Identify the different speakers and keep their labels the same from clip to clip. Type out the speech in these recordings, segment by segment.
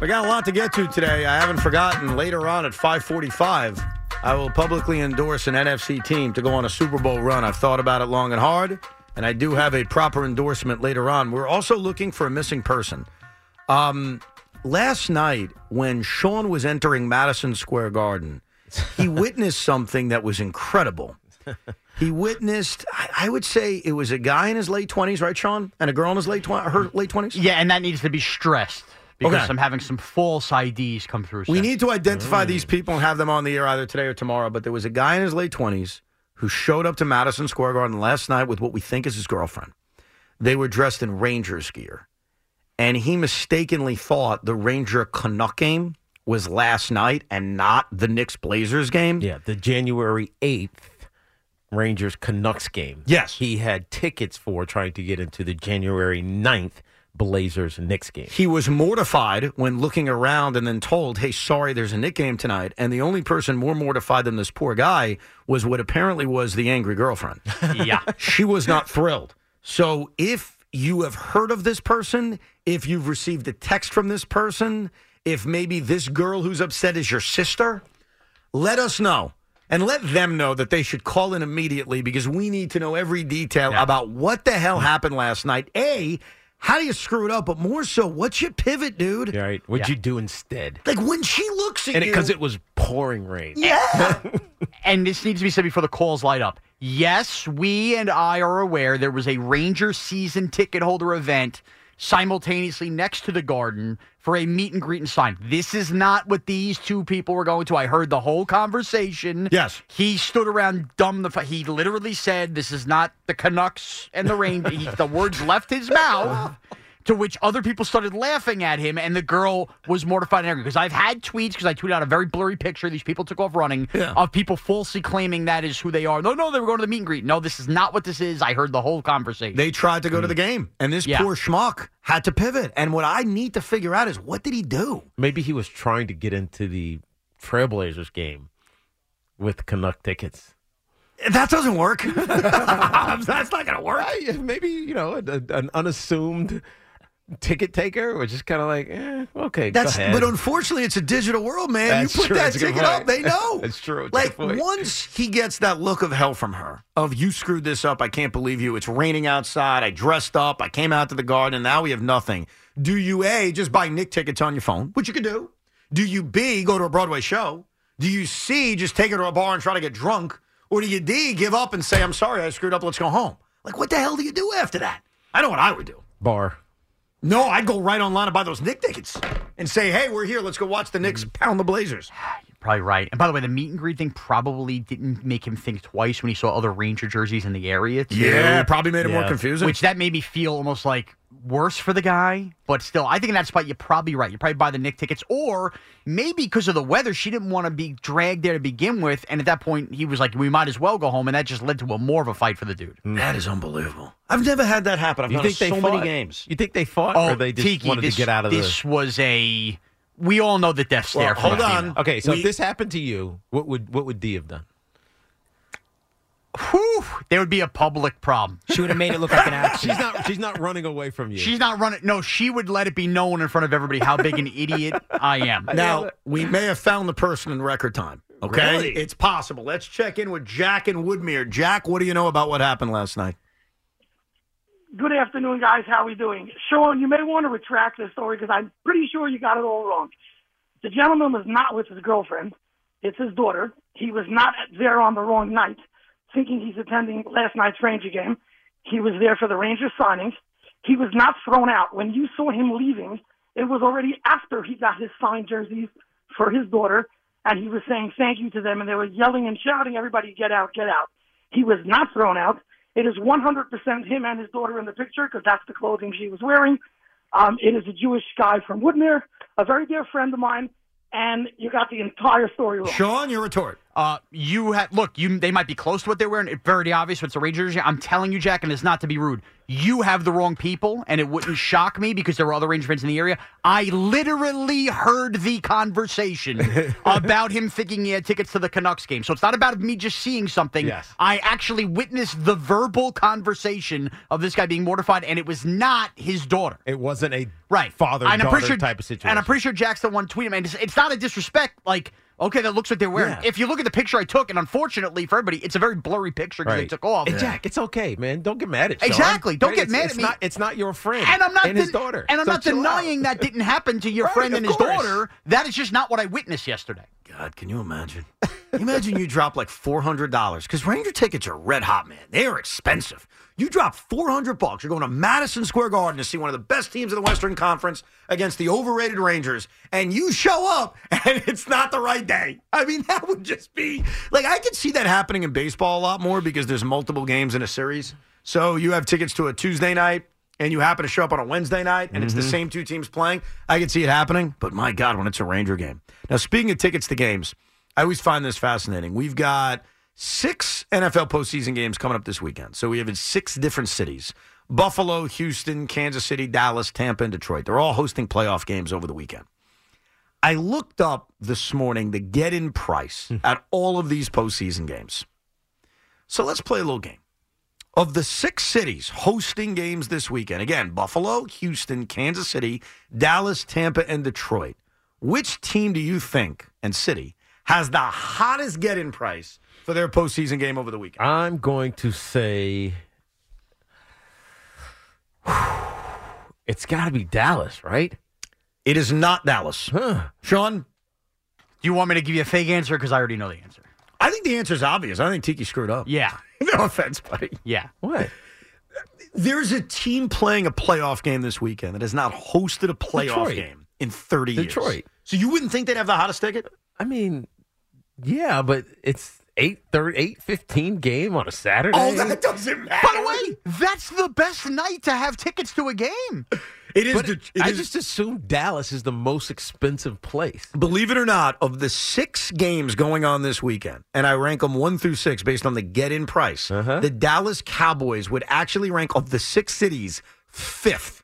Speaker 1: We got a lot to get to today. I haven't forgotten. Later on at 5:45, I will publicly endorse an NFC team to go on a Super Bowl run. I've thought about it long and hard, and I do have a proper endorsement later on. We're also looking for a missing person. Um, last night, when Sean was entering Madison Square Garden, he witnessed something that was incredible. He witnessed, I, I would say, it was a guy in his late twenties, right, Sean, and a girl in his late twenties, her late twenties.
Speaker 2: Yeah, and that needs to be stressed because
Speaker 1: Okay.
Speaker 2: I'm having some false IDs come through.
Speaker 1: We
Speaker 2: Seth.
Speaker 1: need to identify these people and have them on the air either today or tomorrow. But there was a guy in his late 20s who showed up to Madison Square Garden last night with what we think is his girlfriend. They were dressed in Rangers gear. And he mistakenly thought the Ranger Canuck game was last night and not the Knicks Blazers game.
Speaker 3: Yeah, the January 8th Rangers Canucks game.
Speaker 1: Yes.
Speaker 3: He had tickets for trying to get into the January 9th Blazers Knicks game.
Speaker 1: He was mortified when looking around and then told, hey, sorry, there's a Nick game tonight. And the only person more mortified than this poor guy was what apparently was the angry girlfriend.
Speaker 2: Yeah.
Speaker 1: she was not thrilled. So if you have heard of this person, if you've received a text from this person, if maybe this girl who's upset is your sister, let us know. And let them know that they should call in immediately because we need to know every detail about what the
Speaker 3: Mm-hmm.
Speaker 1: hell happened last night. A, how do you screw it up? But more so, what's your pivot, dude?
Speaker 3: All right, what'd you do instead?
Speaker 1: Like when she looks at
Speaker 3: And
Speaker 1: you.
Speaker 3: because it, was pouring rain.
Speaker 2: and this needs to be said before the calls light up. Yes, we and I are aware there was a Ranger season ticket holder event simultaneously next to the garden for a meet and greet and sign. This is not what these two people were going to. I heard the whole conversation.
Speaker 1: Yes.
Speaker 2: He stood around dumb the f- he literally said this is not the Canucks and the Rangers. He- the words left his mouth. To which other people started laughing at him, and the girl was mortified and angry. Because I've had tweets, because I tweeted out a very blurry picture. These people took off running
Speaker 1: Yeah.
Speaker 2: of people falsely claiming that is who they are. No, no, they were going to the meet and greet. No, this is not what this is. I heard the whole conversation.
Speaker 1: They tried to
Speaker 3: Mm.
Speaker 1: go to the game, and this
Speaker 2: Yeah.
Speaker 1: poor schmuck had to pivot. And what I need to figure out is what did he do?
Speaker 3: Maybe he was trying to get into the Trailblazers game with Canuck tickets.
Speaker 1: That doesn't work. That's not going to work.
Speaker 3: Right? Maybe, you know, a, a- an unassumed ticket taker was just kind of like, eh, okay, go
Speaker 1: That's
Speaker 3: ahead.
Speaker 1: but unfortunately, it's a digital world, man.
Speaker 3: That's
Speaker 1: you put
Speaker 3: true.
Speaker 1: that
Speaker 3: That's a good
Speaker 1: ticket up,
Speaker 3: point.
Speaker 1: they know.
Speaker 3: That's true. That's a
Speaker 1: Like
Speaker 3: good point.
Speaker 1: once he gets that look of hell from her, of you screwed this up, I can't believe you. It's raining outside. I dressed up. I came out to the garden. and Now we have nothing. Do you a just buy Nick tickets on your phone, which you could do? Do you b go to a Broadway show? Do you c just take her to a bar and try to get drunk, or do you d give up and say I'm sorry, I screwed up. Let's go home. Like what the hell do you do after that? I know what I would do.
Speaker 3: Bar.
Speaker 1: No, I'd go right online and buy those Nick tickets and say, hey, we're here. Let's go watch the Knicks pound the Blazers.
Speaker 2: Mm-hmm. Probably right. And by the way, the meet and greet thing probably didn't make him think twice when he saw other Ranger jerseys in the area. too.
Speaker 1: probably made it more
Speaker 3: Yeah.
Speaker 1: confusing.
Speaker 2: Which that made me feel almost like worse for the guy. But still, I think in that spot, you're probably right. You probably buy the Nick tickets. Or maybe because of the weather, she didn't want to be dragged there to begin with. And at that point, he was like, we might as well go home. And that just led to a more of a fight for the dude.
Speaker 1: that is unbelievable. I've never had that happen. I've
Speaker 3: You
Speaker 1: gone to
Speaker 3: think they
Speaker 1: so
Speaker 3: fought?
Speaker 1: many games.
Speaker 3: You think they fought, or they just
Speaker 2: Oh, Tiki,
Speaker 3: wanted
Speaker 2: this,
Speaker 3: to get out of the
Speaker 2: this was a. We all know the death
Speaker 1: Well,
Speaker 2: stare. for
Speaker 1: hold
Speaker 2: the
Speaker 1: on.
Speaker 2: female.
Speaker 3: Okay, so
Speaker 1: We-
Speaker 3: if this happened to you, what would what would D have done?
Speaker 2: Whew, there would be a public problem.
Speaker 4: She would have made it look like an action.
Speaker 3: She's not she's not running away from you.
Speaker 2: She's not running. No, she would let it be known in front of everybody how big an idiot I am.
Speaker 1: Now, we may have found the person in record time. Okay? It's possible. Let's check in with Jack and Woodmere. Jack, what do you know about what happened last night?
Speaker 4: Good afternoon, guys. How we doing? Sean, you may want to retract this story because I'm pretty sure you got it all wrong. The gentleman was not with his girlfriend. It's his daughter. He was not there on the wrong night, thinking he's attending last night's Ranger game. He was there for the Rangers signing. He was not thrown out. When you saw him leaving, it was already after he got his signed jerseys for his daughter, and he was saying thank you to them, and they were yelling and shouting, everybody get out, get out. He was not thrown out. It is 100% him and his daughter in the picture because that's the clothing she was wearing. Um, it is a Jewish guy from Woodmere, a very dear friend of mine, and you got the entire story wrong.
Speaker 1: Sean, you're a tort.
Speaker 2: Uh, you ha- look. You they might be close to what they're wearing. It's very obvious. It's a Ranger jersey. I'm telling you, Jack, and it's not to be rude. You have the wrong people, and it wouldn't shock me because there were other Ranger fans in the area. I literally heard the conversation about him thinking he had tickets to the Canucks game. So it's not about me just seeing something.
Speaker 3: Yes.
Speaker 2: I actually witnessed the verbal conversation of this guy being mortified, and it was not his daughter.
Speaker 3: It wasn't a
Speaker 2: Right.
Speaker 3: father
Speaker 2: And I'm
Speaker 3: daughter
Speaker 2: pretty sure-
Speaker 3: type of situation.
Speaker 2: And I'm pretty sure Jack's the one tweeting. him. And it's, it's not a disrespect. Like, okay, that looks what they're wearing.
Speaker 3: Yeah.
Speaker 2: If you look at the picture I took, and unfortunately for everybody, it's a very blurry picture because they
Speaker 3: Right.
Speaker 2: took off.
Speaker 3: And Jack, it's okay, man. Don't get mad at Sean.
Speaker 2: Exactly. Don't
Speaker 3: Right?
Speaker 2: get
Speaker 3: It's-
Speaker 2: mad
Speaker 3: it's
Speaker 2: at me.
Speaker 3: Not, it's not your friend.
Speaker 2: And I'm not
Speaker 3: and his
Speaker 2: den-
Speaker 3: daughter.
Speaker 2: And I'm
Speaker 3: So
Speaker 2: not
Speaker 3: chill out.
Speaker 2: denying that didn't happen to your
Speaker 3: Right,
Speaker 2: friend
Speaker 3: of
Speaker 2: and his
Speaker 3: course.
Speaker 2: daughter. That is just not what I witnessed yesterday.
Speaker 1: God, can you imagine? imagine you drop like four hundred dollars because Ranger tickets are red hot, man. They are expensive. You drop four hundred bucks, you're going to Madison Square Garden to see one of the best teams in the Western Conference against the overrated Rangers, and you show up and it's not the right day. I mean, that would just be like I could see that happening in baseball a lot more because there's multiple games in a series. So you have tickets to a Tuesday night, and you happen to show up on a Wednesday night and it's the same two teams playing, I can see it happening. But my God, when it's a Ranger game. Now, speaking of tickets to games, I always find this fascinating. We've got six NFL postseason games coming up this weekend. So we have in six different cities Buffalo, Houston, Kansas City, Dallas, Tampa, and Detroit. They're all hosting playoff games over the weekend. I looked up this morning the get in price at all of these postseason games. So let's play a little game of the six cities hosting games this weekend again buffalo houston kansas city dallas tampa and detroit which team do you think and city has the hottest get-in price for their postseason game over the weekend
Speaker 3: I'm going to say it's got to be Dallas, right?
Speaker 1: it is not dallas
Speaker 3: Huh.
Speaker 1: sean
Speaker 2: Do you want me to give you a fake answer? Because I already know the answer.
Speaker 1: i think the answer is obvious i think tiki screwed up
Speaker 2: Yeah.
Speaker 1: no offense buddy
Speaker 2: Yeah.
Speaker 3: What?
Speaker 1: there's a team playing a playoff game this weekend that has not hosted a playoff
Speaker 3: Detroit.
Speaker 1: game in 30 years
Speaker 3: Detroit.
Speaker 1: so you wouldn't think they'd have the hottest ticket
Speaker 3: I mean, yeah, but it's 8 eight fifteen game on a Saturday.
Speaker 2: Oh,
Speaker 1: doesn't matter
Speaker 2: By the way, that's the best night to have tickets to a game.
Speaker 1: it is
Speaker 3: But
Speaker 1: the, it
Speaker 3: I
Speaker 1: is-
Speaker 3: just assume Dallas is the most expensive place.
Speaker 1: Believe it or not, of the six games going on this weekend, and I rank them one through six based on the get in price,
Speaker 3: Uh-huh.
Speaker 1: the Dallas Cowboys would actually rank of the six cities fifth,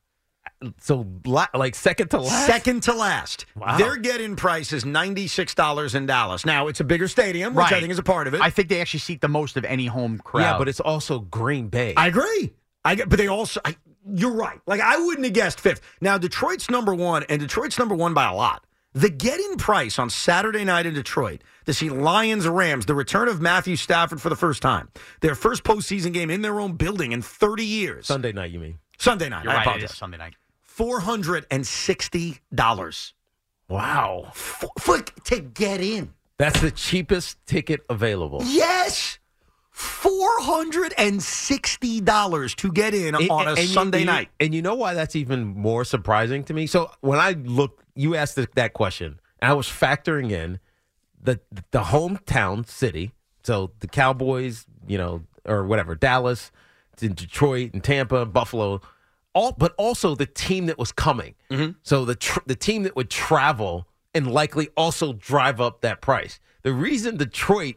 Speaker 3: So, la- like second to last.
Speaker 1: second to last.
Speaker 3: Wow.
Speaker 1: Their get in price is $96 in Dallas. Now, it's a bigger stadium, which I
Speaker 2: Right.
Speaker 1: think is a part of it.
Speaker 2: I think they actually seat the most of any home crowd.
Speaker 3: Yeah, but it's also Green Bay.
Speaker 1: I agree. I get- but they also I, you're right. Like I wouldn't have guessed fifth. Now Detroit's number one, and Detroit's number one by a lot. The get-in price on Saturday night in Detroit to see Lions Rams, the return of Matthew Stafford for the first time, their first postseason game in their own building in 30 years.
Speaker 3: Sunday night, you mean?
Speaker 1: Sunday night.
Speaker 2: You're
Speaker 1: I
Speaker 2: right. It is
Speaker 1: apologize.
Speaker 2: Sunday night.
Speaker 1: Four hundred and sixty dollars
Speaker 3: Wow,
Speaker 1: for, for- to get in.
Speaker 3: that's the cheapest ticket available.
Speaker 1: Yes. $460 to get in on a
Speaker 3: and you-
Speaker 1: Sunday
Speaker 3: you-
Speaker 1: night.
Speaker 3: And you know why that's even more surprising to me? So when I look, you asked th- that question, and I was factoring in the the hometown city. So the Cowboys, you know, or whatever, Dallas, to Detroit, and Tampa, and Buffalo, all, but also the team that was coming.
Speaker 1: Mm-hmm.
Speaker 3: So the tr- the team that would travel and likely also drive up that price. The reason Detroit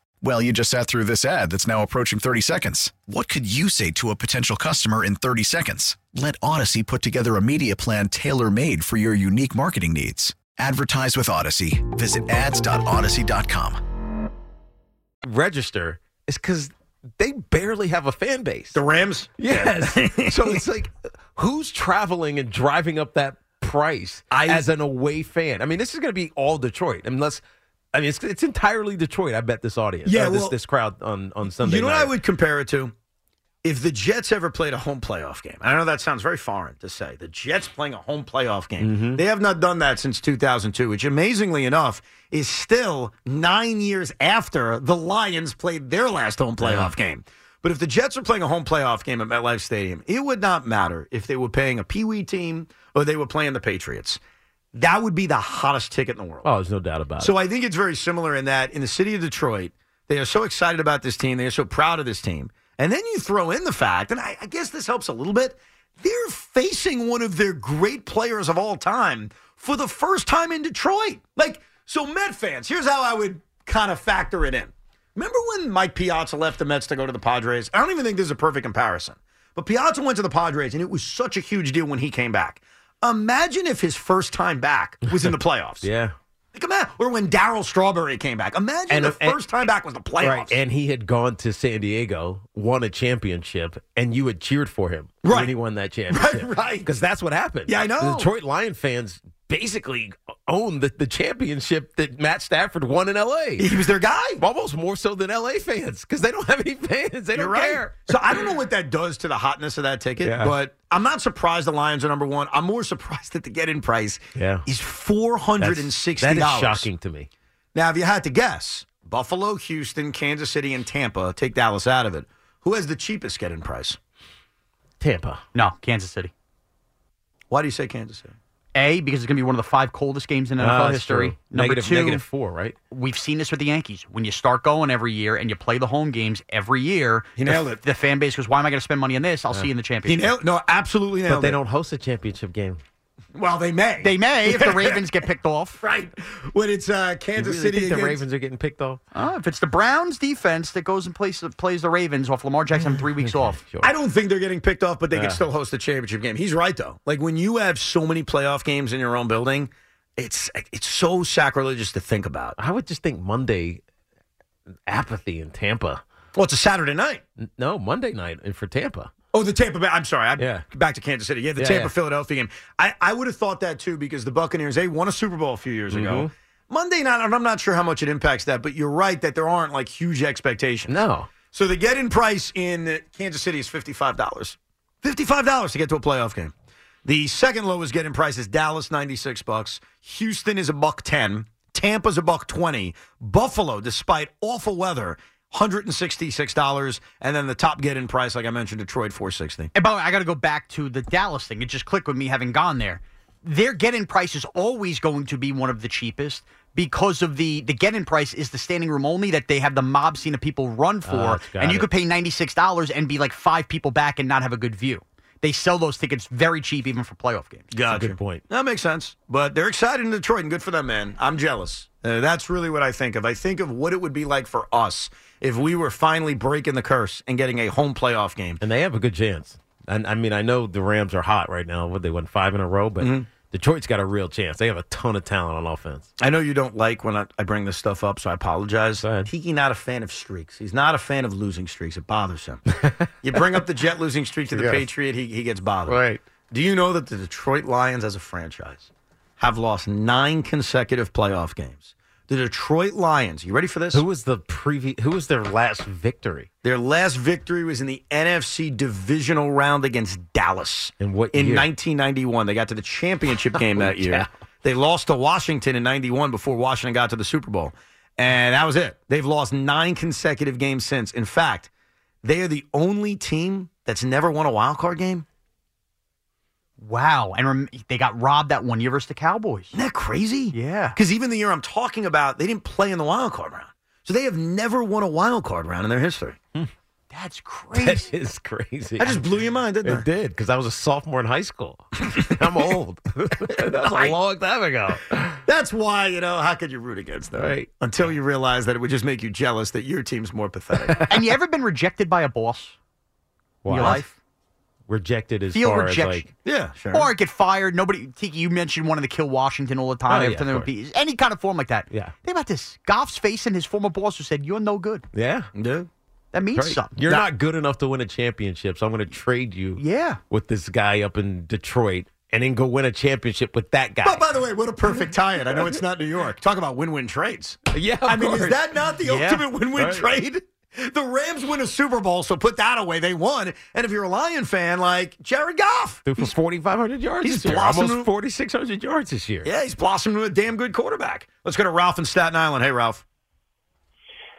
Speaker 5: Well, you just sat through this ad that's now approaching 30 seconds. What could you say to a potential customer in 30 seconds? Let Odyssey put together a media plan tailor made for your unique marketing needs. Advertise with Odyssey. Visit ads.odyssey.com.
Speaker 3: Register is because they barely have a fan base.
Speaker 1: The Rams?
Speaker 3: Yes. so it's like, who's traveling and driving up that price as an away fan? I mean, this is going to be all Detroit, unless. I mean, it's, it's entirely Detroit. I bet this audience,
Speaker 1: Yeah,
Speaker 3: or this,
Speaker 1: well,
Speaker 3: this crowd on on Sunday.
Speaker 1: You know what
Speaker 3: night.
Speaker 1: I would compare it to? If the Jets ever played a home playoff game, I know that sounds very foreign to say. The Jets playing a home playoff game.
Speaker 3: Mm-hmm.
Speaker 1: They have not done that since 2002, which amazingly enough is still nine years after the Lions played their last home playoff game. But if the Jets are playing a home playoff game at MetLife Stadium, it would not matter if they were paying a Pee Wee team or they were playing the Patriots. That would be the hottest ticket in the world.
Speaker 3: Oh, there's no doubt about it.
Speaker 1: So I think it's very similar in that in the city of Detroit, they are so excited about this team. They are so proud of this team. And then you throw in the fact, and I, I guess this helps a little bit, they're facing one of their great players of all time for the first time in Detroit. Like, so Met fans, here's how I would kind of factor it in. Remember when Mike Piazza left the Mets to go to the Padres? I don't even think this is a perfect comparison. But Piazza went to the Padres, and it was such a huge deal when he came back. Imagine if his first time back was in the playoffs.
Speaker 3: Yeah.
Speaker 1: Come on. Or when Daryl Strawberry came back. Imagine
Speaker 3: And-
Speaker 1: the
Speaker 3: and-
Speaker 1: first time back was the playoffs.
Speaker 3: Right, and he had gone to San Diego, won a championship, and you had cheered for him
Speaker 1: Right.
Speaker 3: when he won that championship.
Speaker 1: right.
Speaker 3: Because that's what happened.
Speaker 1: Yeah, I know.
Speaker 3: The Detroit Lion fans basically owned the, the championship that Matt Stafford won in L.A.
Speaker 1: he was their guy.
Speaker 3: Almost more so than L.A. fans because they don't have any fans. They
Speaker 1: You're
Speaker 3: don't
Speaker 1: right.
Speaker 3: care.
Speaker 1: So I don't know what that does to the hotness of that ticket,
Speaker 3: Yeah.
Speaker 1: but I'm not surprised the Lions are number one. I'm more surprised that the get in price
Speaker 3: Yeah.
Speaker 1: is four hundred and sixty
Speaker 3: That
Speaker 1: dollars.
Speaker 3: is shocking to me.
Speaker 1: Now, if you had to guess, Buffalo, Houston, Kansas City, and Tampa, take Dallas out of it. Who has the cheapest get in price?
Speaker 3: Tampa.
Speaker 2: No, Kansas City.
Speaker 1: Why do you say Kansas City?
Speaker 2: A, because it's going to be one of the five coldest games in NFL
Speaker 3: Ah, that's
Speaker 2: history.
Speaker 3: true.
Speaker 2: Number
Speaker 3: Negative-
Speaker 2: two,
Speaker 3: negative four, right?
Speaker 2: we've seen this with the Yankees. When you start going every year and you play the home games every year,
Speaker 1: He
Speaker 2: the-
Speaker 1: nailed it.
Speaker 2: The fan base goes, "Why am I going to spend money on this? I'll see you in the
Speaker 1: He
Speaker 2: championship."
Speaker 1: nailed, no, absolutely nailed
Speaker 3: But they
Speaker 1: it.
Speaker 3: don't host a championship game.
Speaker 1: Well, they may.
Speaker 2: They may if the Ravens get picked off.
Speaker 1: right when it's uh,
Speaker 3: You
Speaker 1: Kansas
Speaker 3: really
Speaker 1: City
Speaker 3: think
Speaker 1: against
Speaker 3: the Ravens are getting picked off?
Speaker 2: Oh, if it's the Browns defense that goes and plays, plays the Ravens off Lamar Jackson three weeks off.
Speaker 3: Sure.
Speaker 1: I don't think they're getting picked off, but they
Speaker 3: Yeah.
Speaker 1: can still host the championship game. He's right though. Like when you have so many playoff games in your own building, it's it's so sacrilegious to think about.
Speaker 3: I would just think Monday apathy in Tampa.
Speaker 1: Well, it's a Saturday night.
Speaker 3: N- No, Monday night and for Tampa.
Speaker 1: Oh, the Tampa Bay. I'm sorry. I,
Speaker 3: Yeah.
Speaker 1: Back to Kansas City. Yeah, the
Speaker 3: Yeah,
Speaker 1: Tampa
Speaker 3: yeah.
Speaker 1: Philadelphia game. I, I would have thought that too because the Buccaneers, they won a Super Bowl a few years ago.
Speaker 3: Mm-hmm.
Speaker 1: Monday night, and I'm not sure how much it impacts that, but you're right that there aren't like huge expectations.
Speaker 3: No.
Speaker 1: So the get in price in Kansas City is $55. $55 to get to a playoff game. The second lowest get in price is Dallas, 96 bucks. Houston is a buck 10. Tampa's a buck 20. Buffalo, despite awful weather, $166. And then the top get in price, like I mentioned, Detroit, 460
Speaker 2: And by the way, I got to go back to the Dallas thing. It just clicked with me having gone there. Their get-in price is always going to be one of the cheapest because of the the get-in price is the standing room only that they have the mob scene of people run for,
Speaker 3: Ah, it's got
Speaker 2: and you
Speaker 3: it.
Speaker 2: could pay ninety six dollars and be like five people back and not have a good view. They sell those tickets very cheap, even for playoff games.
Speaker 1: Gotcha.
Speaker 3: good point.
Speaker 1: That makes sense. But they're excited in Detroit, and good for them, man. I'm jealous. Uh, that's really what I think of. I think of what it would be like for us if we were finally breaking the curse and getting a home playoff game.
Speaker 3: And they have a good chance. And I mean, I know the Rams are hot right now. What they won five in a row, but
Speaker 1: Mm-hmm.
Speaker 3: Detroit's got a real chance. They have a ton of talent on offense.
Speaker 1: I know you don't like when I, I bring this stuff up, so I apologize.
Speaker 3: Go ahead.
Speaker 1: Tiki not a fan of streaks. He's not a fan of losing streaks. It bothers him. you bring up the Jet losing streak to the Patriot, he, he gets bothered. Do you know that the Detroit Lions as a franchise have lost nine consecutive playoff games? The Detroit Lions, you ready for this? Who
Speaker 3: was the previ- who was their last victory?
Speaker 1: Their last victory was in the NFC divisional round against Dallas.
Speaker 3: In what
Speaker 1: In
Speaker 3: year?
Speaker 1: 1991. They got to the
Speaker 2: Oh,
Speaker 1: championship game that
Speaker 3: Holy
Speaker 1: year.
Speaker 3: cow.
Speaker 1: They lost to Washington in 91 before Washington got to the Super Bowl. And that was it. They've lost nine consecutive games since. In fact, they are the only team that's never won a wild card game.
Speaker 2: Wow. And rem- they got robbed that one year versus the Cowboys. Isn't
Speaker 1: that crazy?
Speaker 2: Yeah.
Speaker 1: Because even the year I'm talking about, they didn't play in the wild card round. So they have never won a wild card round in their history.
Speaker 2: That's crazy.
Speaker 3: That is crazy.
Speaker 1: That just blew your mind, didn't
Speaker 3: it did because I was a sophomore in high school. I'm old. that was a long time ago.
Speaker 1: That's why, you know, how could you root against them?
Speaker 3: Right.
Speaker 1: Until you realize that it would just make you jealous that your team's more pathetic.
Speaker 2: and you ever been rejected by a boss in your
Speaker 3: Wow.
Speaker 2: life?
Speaker 3: Rejected as
Speaker 2: Feel
Speaker 3: far as
Speaker 2: rejection.
Speaker 3: like
Speaker 1: yeah, sure.
Speaker 2: Or get fired. Nobody, Tiki, you mentioned wanting to kill Washington all the time.
Speaker 3: Oh,
Speaker 2: Every
Speaker 3: yeah,
Speaker 2: time there
Speaker 3: of
Speaker 2: would be any kind of form like that.
Speaker 3: yeah,
Speaker 2: Think about this. Goff's facing his former boss who said, You're no good.
Speaker 3: yeah.
Speaker 1: no.
Speaker 2: That means
Speaker 3: Right.
Speaker 2: something.
Speaker 3: You're
Speaker 2: That-
Speaker 3: not good enough to win a championship, so I'm going to trade you
Speaker 2: Yeah.
Speaker 3: with this guy up in Detroit and then go win a championship with that guy.
Speaker 1: But by the way, what a perfect tie-in. I know it's not New York. Talk about win-win trades.
Speaker 3: yeah, of
Speaker 1: I mean, is
Speaker 3: course.
Speaker 1: that not the
Speaker 3: Yeah.
Speaker 1: ultimate win-win
Speaker 3: Right.
Speaker 1: trade? The Rams win a Super Bowl, so put that away. They won. And if you're a Lion fan, like Jared Goff,
Speaker 3: Threw for 4,500 yards
Speaker 1: he's
Speaker 3: this year.
Speaker 1: blossoming.
Speaker 3: Almost 4,600 yards this year.
Speaker 1: yeah, he's blossomed into a damn good quarterback. Let's go to Ralph in Staten Island. Hey, Ralph.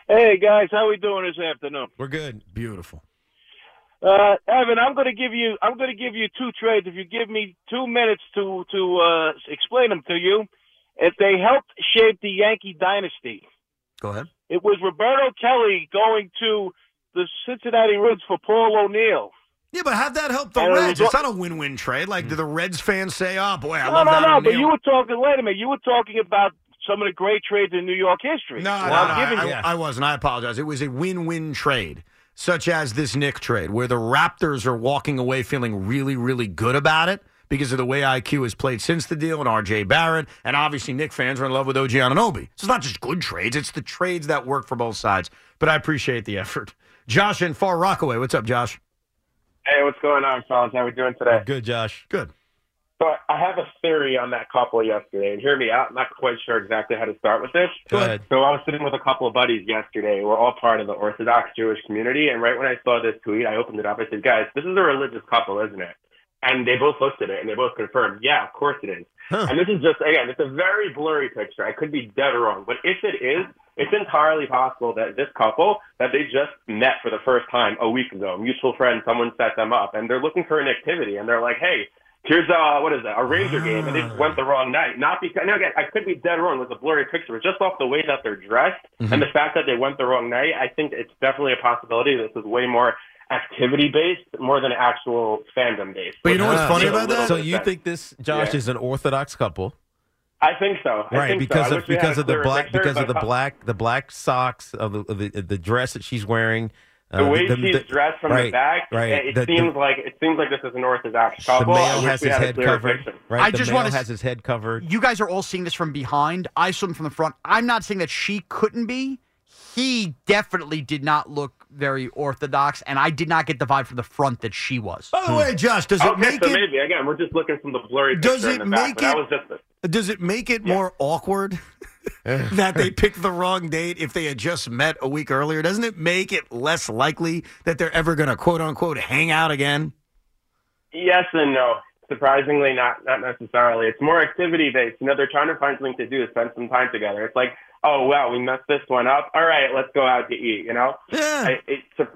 Speaker 6: Hey guys, how we doing this afternoon?
Speaker 3: We're good.
Speaker 1: Beautiful.
Speaker 6: Uh, Evan, I'm going to give you I'm going to give you two trades. If you give me two minutes to to uh, explain them to you, if they helped shape the Yankee dynasty,
Speaker 1: Go ahead.
Speaker 6: it was Roberto Kelly going to the Cincinnati Reds for Paul O'Neill.
Speaker 1: Yeah, but how'd that help the
Speaker 6: And it
Speaker 1: Reds?
Speaker 6: was- Mm.
Speaker 1: It's not a win-win trade. Like, do the Reds fans say, "Oh boy, I
Speaker 6: No,
Speaker 1: love
Speaker 6: no,
Speaker 1: that"?
Speaker 6: no. But
Speaker 1: O'Neal."
Speaker 6: you were talking. Wait a minute. You were talking about some of the great trades in New York history.
Speaker 1: No,
Speaker 6: Well,
Speaker 1: no,
Speaker 6: I'm
Speaker 1: no,
Speaker 6: giving
Speaker 1: I,
Speaker 6: you-
Speaker 1: I wasn't. I apologize. It was a win-win trade, such as this Nick trade, where the Raptors are walking away feeling really, really good about it because of the way IQ has played since the deal and R.J. Barrett, and obviously Nick fans are in love with O.G. Ananobi. So it's not just good trades; it's the trades that work for both sides. But I appreciate the effort. Josh in Far Rockaway, what's up, Josh?
Speaker 7: Hey, what's going on, fellas? How we doing today?
Speaker 3: Good, Josh.
Speaker 1: Good.
Speaker 7: So I have a theory on that couple yesterday, and hear me out. I'm not quite sure exactly how to start with this.
Speaker 3: Go ahead.
Speaker 7: So I was sitting with a couple of buddies yesterday. We're all part of the Orthodox Jewish community, and right when I saw this tweet, I opened it up. I said, "Guys, this is a religious couple, isn't it?" And they both looked at it and they both confirmed, "Yeah, of course it is." And this is just again, it's a very blurry picture. I could be dead wrong, but if it is, it's entirely possible that this couple that they just met for the first time a week ago, a mutual friend, someone set them up, and they're looking for an activity, and they're like, "Hey, here's a what is that? A Ranger game," and they just went the wrong night. Not because now again, I could be dead wrong. It was a blurry picture, but just off the way that they're dressed and the fact that they went the wrong night, I think it's definitely a possibility. This is way more activity based more than actual fandom based.
Speaker 3: Ah, so- So you think this, Josh,
Speaker 7: Yeah.
Speaker 3: is an Orthodox couple?
Speaker 7: I think so. I
Speaker 3: right
Speaker 7: think so.
Speaker 3: because
Speaker 7: I
Speaker 3: of
Speaker 7: wish we had
Speaker 3: because
Speaker 7: a
Speaker 3: of the
Speaker 7: clearer
Speaker 3: black
Speaker 7: picture,
Speaker 3: because of the
Speaker 7: but-
Speaker 3: black the black socks of the of the, the dress that she's wearing
Speaker 7: The
Speaker 3: uh,
Speaker 7: way she's dressed from
Speaker 3: right,
Speaker 7: the back,
Speaker 3: right
Speaker 7: it
Speaker 3: the,
Speaker 7: seems like it seems like this is an orthodox
Speaker 3: the, the
Speaker 7: couple. I
Speaker 3: male
Speaker 7: wish
Speaker 3: has
Speaker 7: we
Speaker 3: his
Speaker 7: had a
Speaker 3: head
Speaker 7: clearer
Speaker 3: covered
Speaker 7: picture.
Speaker 3: right
Speaker 2: I
Speaker 3: the
Speaker 2: just
Speaker 3: male
Speaker 2: wanna s-
Speaker 3: has his head covered
Speaker 2: You guys are all seeing this from behind. I saw them from the front. I'm not saying that she couldn't be. He definitely did not look very orthodox, and I did not get the vibe from the front that she was.
Speaker 1: By the way, Josh, does it
Speaker 7: okay,
Speaker 1: make
Speaker 7: so
Speaker 1: it
Speaker 7: maybe again we're just looking from the blurry
Speaker 1: Does
Speaker 7: picture
Speaker 1: it
Speaker 7: in the back,
Speaker 1: make
Speaker 7: but
Speaker 1: it-
Speaker 7: that was just a,
Speaker 1: Does it make it more awkward that they picked the wrong date if they had just met a week earlier? Doesn't it make it less likely that they're ever going to quote unquote hang out again?
Speaker 7: Yes and no. Surprisingly, not not necessarily. It's more activity based. You know, they're trying to find something to do, spend some time together. It's like, oh wow, we messed this one up. All right, let's go out to eat. You know,
Speaker 1: yeah.
Speaker 7: I, it's a,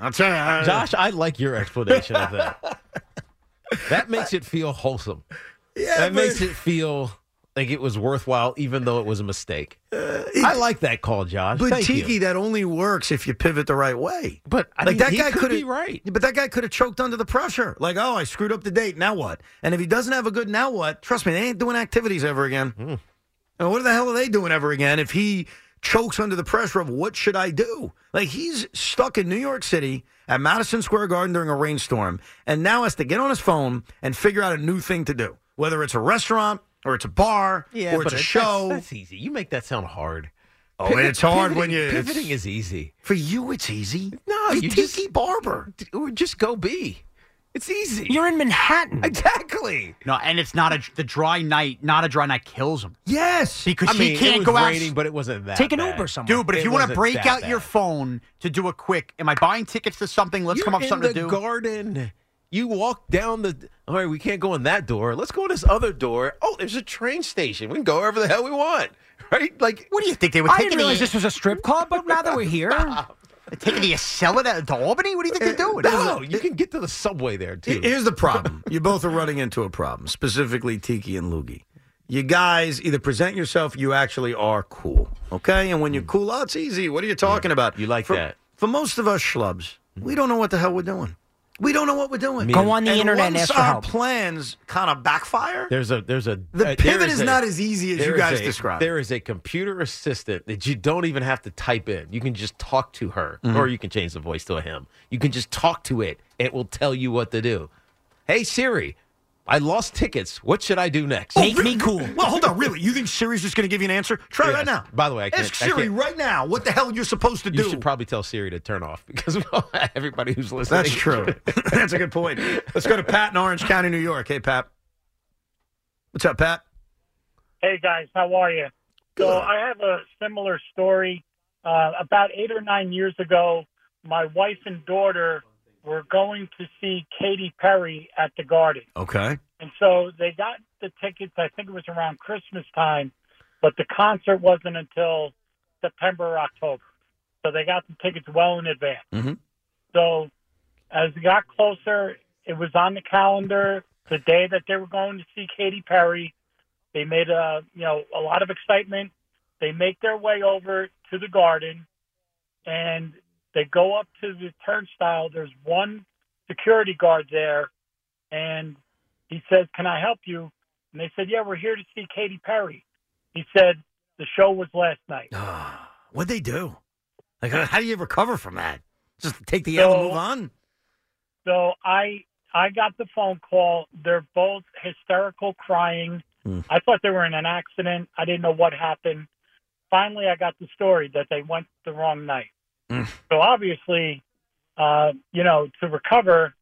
Speaker 1: I'm telling you, I-
Speaker 3: Josh I like your explanation of that that makes it feel wholesome
Speaker 1: Yeah,
Speaker 3: that
Speaker 1: but-
Speaker 3: makes it feel like it was worthwhile even though it was a mistake I like that call Josh
Speaker 1: Uh, But
Speaker 3: Thank you.
Speaker 1: Tiki, that only works if you pivot the right way.
Speaker 3: but I
Speaker 1: like
Speaker 3: mean,
Speaker 1: that
Speaker 3: he
Speaker 1: guy
Speaker 3: could
Speaker 1: coulda-
Speaker 3: be right
Speaker 1: But that guy could have choked under the pressure. Like, oh, I screwed up the date. Now what? And if he doesn't have a good now what, trust me, they ain't doing activities ever again.
Speaker 3: Hmm.
Speaker 1: And what the hell are they doing ever again if he chokes under the pressure of what should I do? Like he's stuck in New York City at Madison Square Garden during a rainstorm and now has to get on his phone and figure out a new thing to do, whether it's a restaurant or it's a bar or
Speaker 3: but
Speaker 1: it's a
Speaker 3: that's-
Speaker 1: show.
Speaker 3: that's e easy you make that sound hard
Speaker 1: oh,
Speaker 3: Pivot-
Speaker 1: it's hard when you
Speaker 3: pivoting-
Speaker 1: it's-
Speaker 3: pivoting is easy.
Speaker 1: for you. It's easy.
Speaker 3: No,
Speaker 1: Be
Speaker 3: you
Speaker 1: Tiki Barber.
Speaker 3: or just go be. It's easy.
Speaker 2: You're in Manhattan.
Speaker 3: Exactly.
Speaker 2: No, and it's not a the dry night. Not a dry night kills him.
Speaker 3: Yes,
Speaker 2: because
Speaker 3: I mean,
Speaker 2: he
Speaker 3: it
Speaker 2: can't
Speaker 3: was
Speaker 2: go out.
Speaker 3: raining, but it wasn't that.
Speaker 2: Take an
Speaker 3: bad.
Speaker 2: Uber somewhere, dude. But if
Speaker 3: It
Speaker 2: you want to
Speaker 3: wasn't
Speaker 2: break
Speaker 3: that
Speaker 2: out
Speaker 3: bad.
Speaker 2: your phone to do a quick, am I buying tickets to something? Let's
Speaker 3: You're
Speaker 2: come up with
Speaker 3: in the
Speaker 2: something to do.
Speaker 3: garden. You walk down the. All right, we can't go in that door. Let's go in this other door. Oh, there's a train station. We can go wherever the hell we want. Right? Like,
Speaker 2: what do you think they
Speaker 3: I
Speaker 2: take
Speaker 3: didn't realize this
Speaker 2: was a strip club, but now that we're here, taking the sell it out to Albany. What do you think they're doing?
Speaker 3: Eh, No, you can get to the subway there too.
Speaker 1: Here's the problem. you both are running into a problem, specifically Tiki and Loogie. You guys either present yourself, you actually are cool, okay? And
Speaker 3: Hmm.
Speaker 1: when you're cool, oh, it's easy. What are you talking about? You like for,
Speaker 3: that. Hmm.
Speaker 1: For most of us schlubs, we don't know what the hell we're doing. We don't know what we're doing.
Speaker 8: Go on the
Speaker 1: And
Speaker 8: internet and
Speaker 1: once
Speaker 8: ask for
Speaker 1: our
Speaker 8: help.
Speaker 1: plans kind of backfire.
Speaker 3: There's a there's a
Speaker 1: The
Speaker 3: uh, there
Speaker 1: pivot is
Speaker 3: a-
Speaker 1: not as easy as you
Speaker 3: there is
Speaker 1: guys
Speaker 3: a-
Speaker 1: describe.
Speaker 3: There is a computer assistant that you don't even have to type in. You can just talk to her,
Speaker 1: Mhm.
Speaker 3: or you can change the voice to a him. You can just talk to it. It will tell you what to do. Hey Siri, I lost tickets. What should I do next?
Speaker 1: Make me cool. Oh, Well, hold on. Really, you think Siri's just going to give you an answer? Try
Speaker 3: Yes.
Speaker 1: right now.
Speaker 3: By the way, I can't-
Speaker 1: ask
Speaker 3: I
Speaker 1: Siri
Speaker 3: can't-
Speaker 1: right now what the hell you're supposed to do.
Speaker 3: You should probably tell Siri to turn off because everybody who's listening.
Speaker 1: That's true. That's a good point. Let's go to Pat in Orange County, New York. Hey, Pat. What's up, Pat?
Speaker 9: Hey guys, how are you? So I have a similar story. Uh, about eight or nine years ago, my wife and daughter were going to see Katy Perry at the Garden,
Speaker 1: Okay.
Speaker 9: and so they got the tickets. I think it was around Christmas time, but the concert wasn't until September or October. So they got the tickets well in advance.
Speaker 1: Mm-hmm.
Speaker 9: So as it got closer, it was on the calendar the day that they were going to see Katy Perry. They made a you know a lot of excitement. They make their way over to the garden, and they go up to the turnstile. There's one security guard there, and he says, "Can I help you?" And they said, "Yeah, we're here to see Katy Perry." He said, "The show was last night."
Speaker 1: Ah, What'd they do? Like, how how do you recover from that? Just take the
Speaker 9: So-
Speaker 1: L and move on?
Speaker 9: So I I got the phone call. They're both hysterical, crying.
Speaker 1: Hmm. Mm.
Speaker 9: I thought they were in an accident. I didn't know what happened. Finally, I got the story that they went the wrong night.
Speaker 1: Mm.
Speaker 9: So obviously, uh, you know, to recover,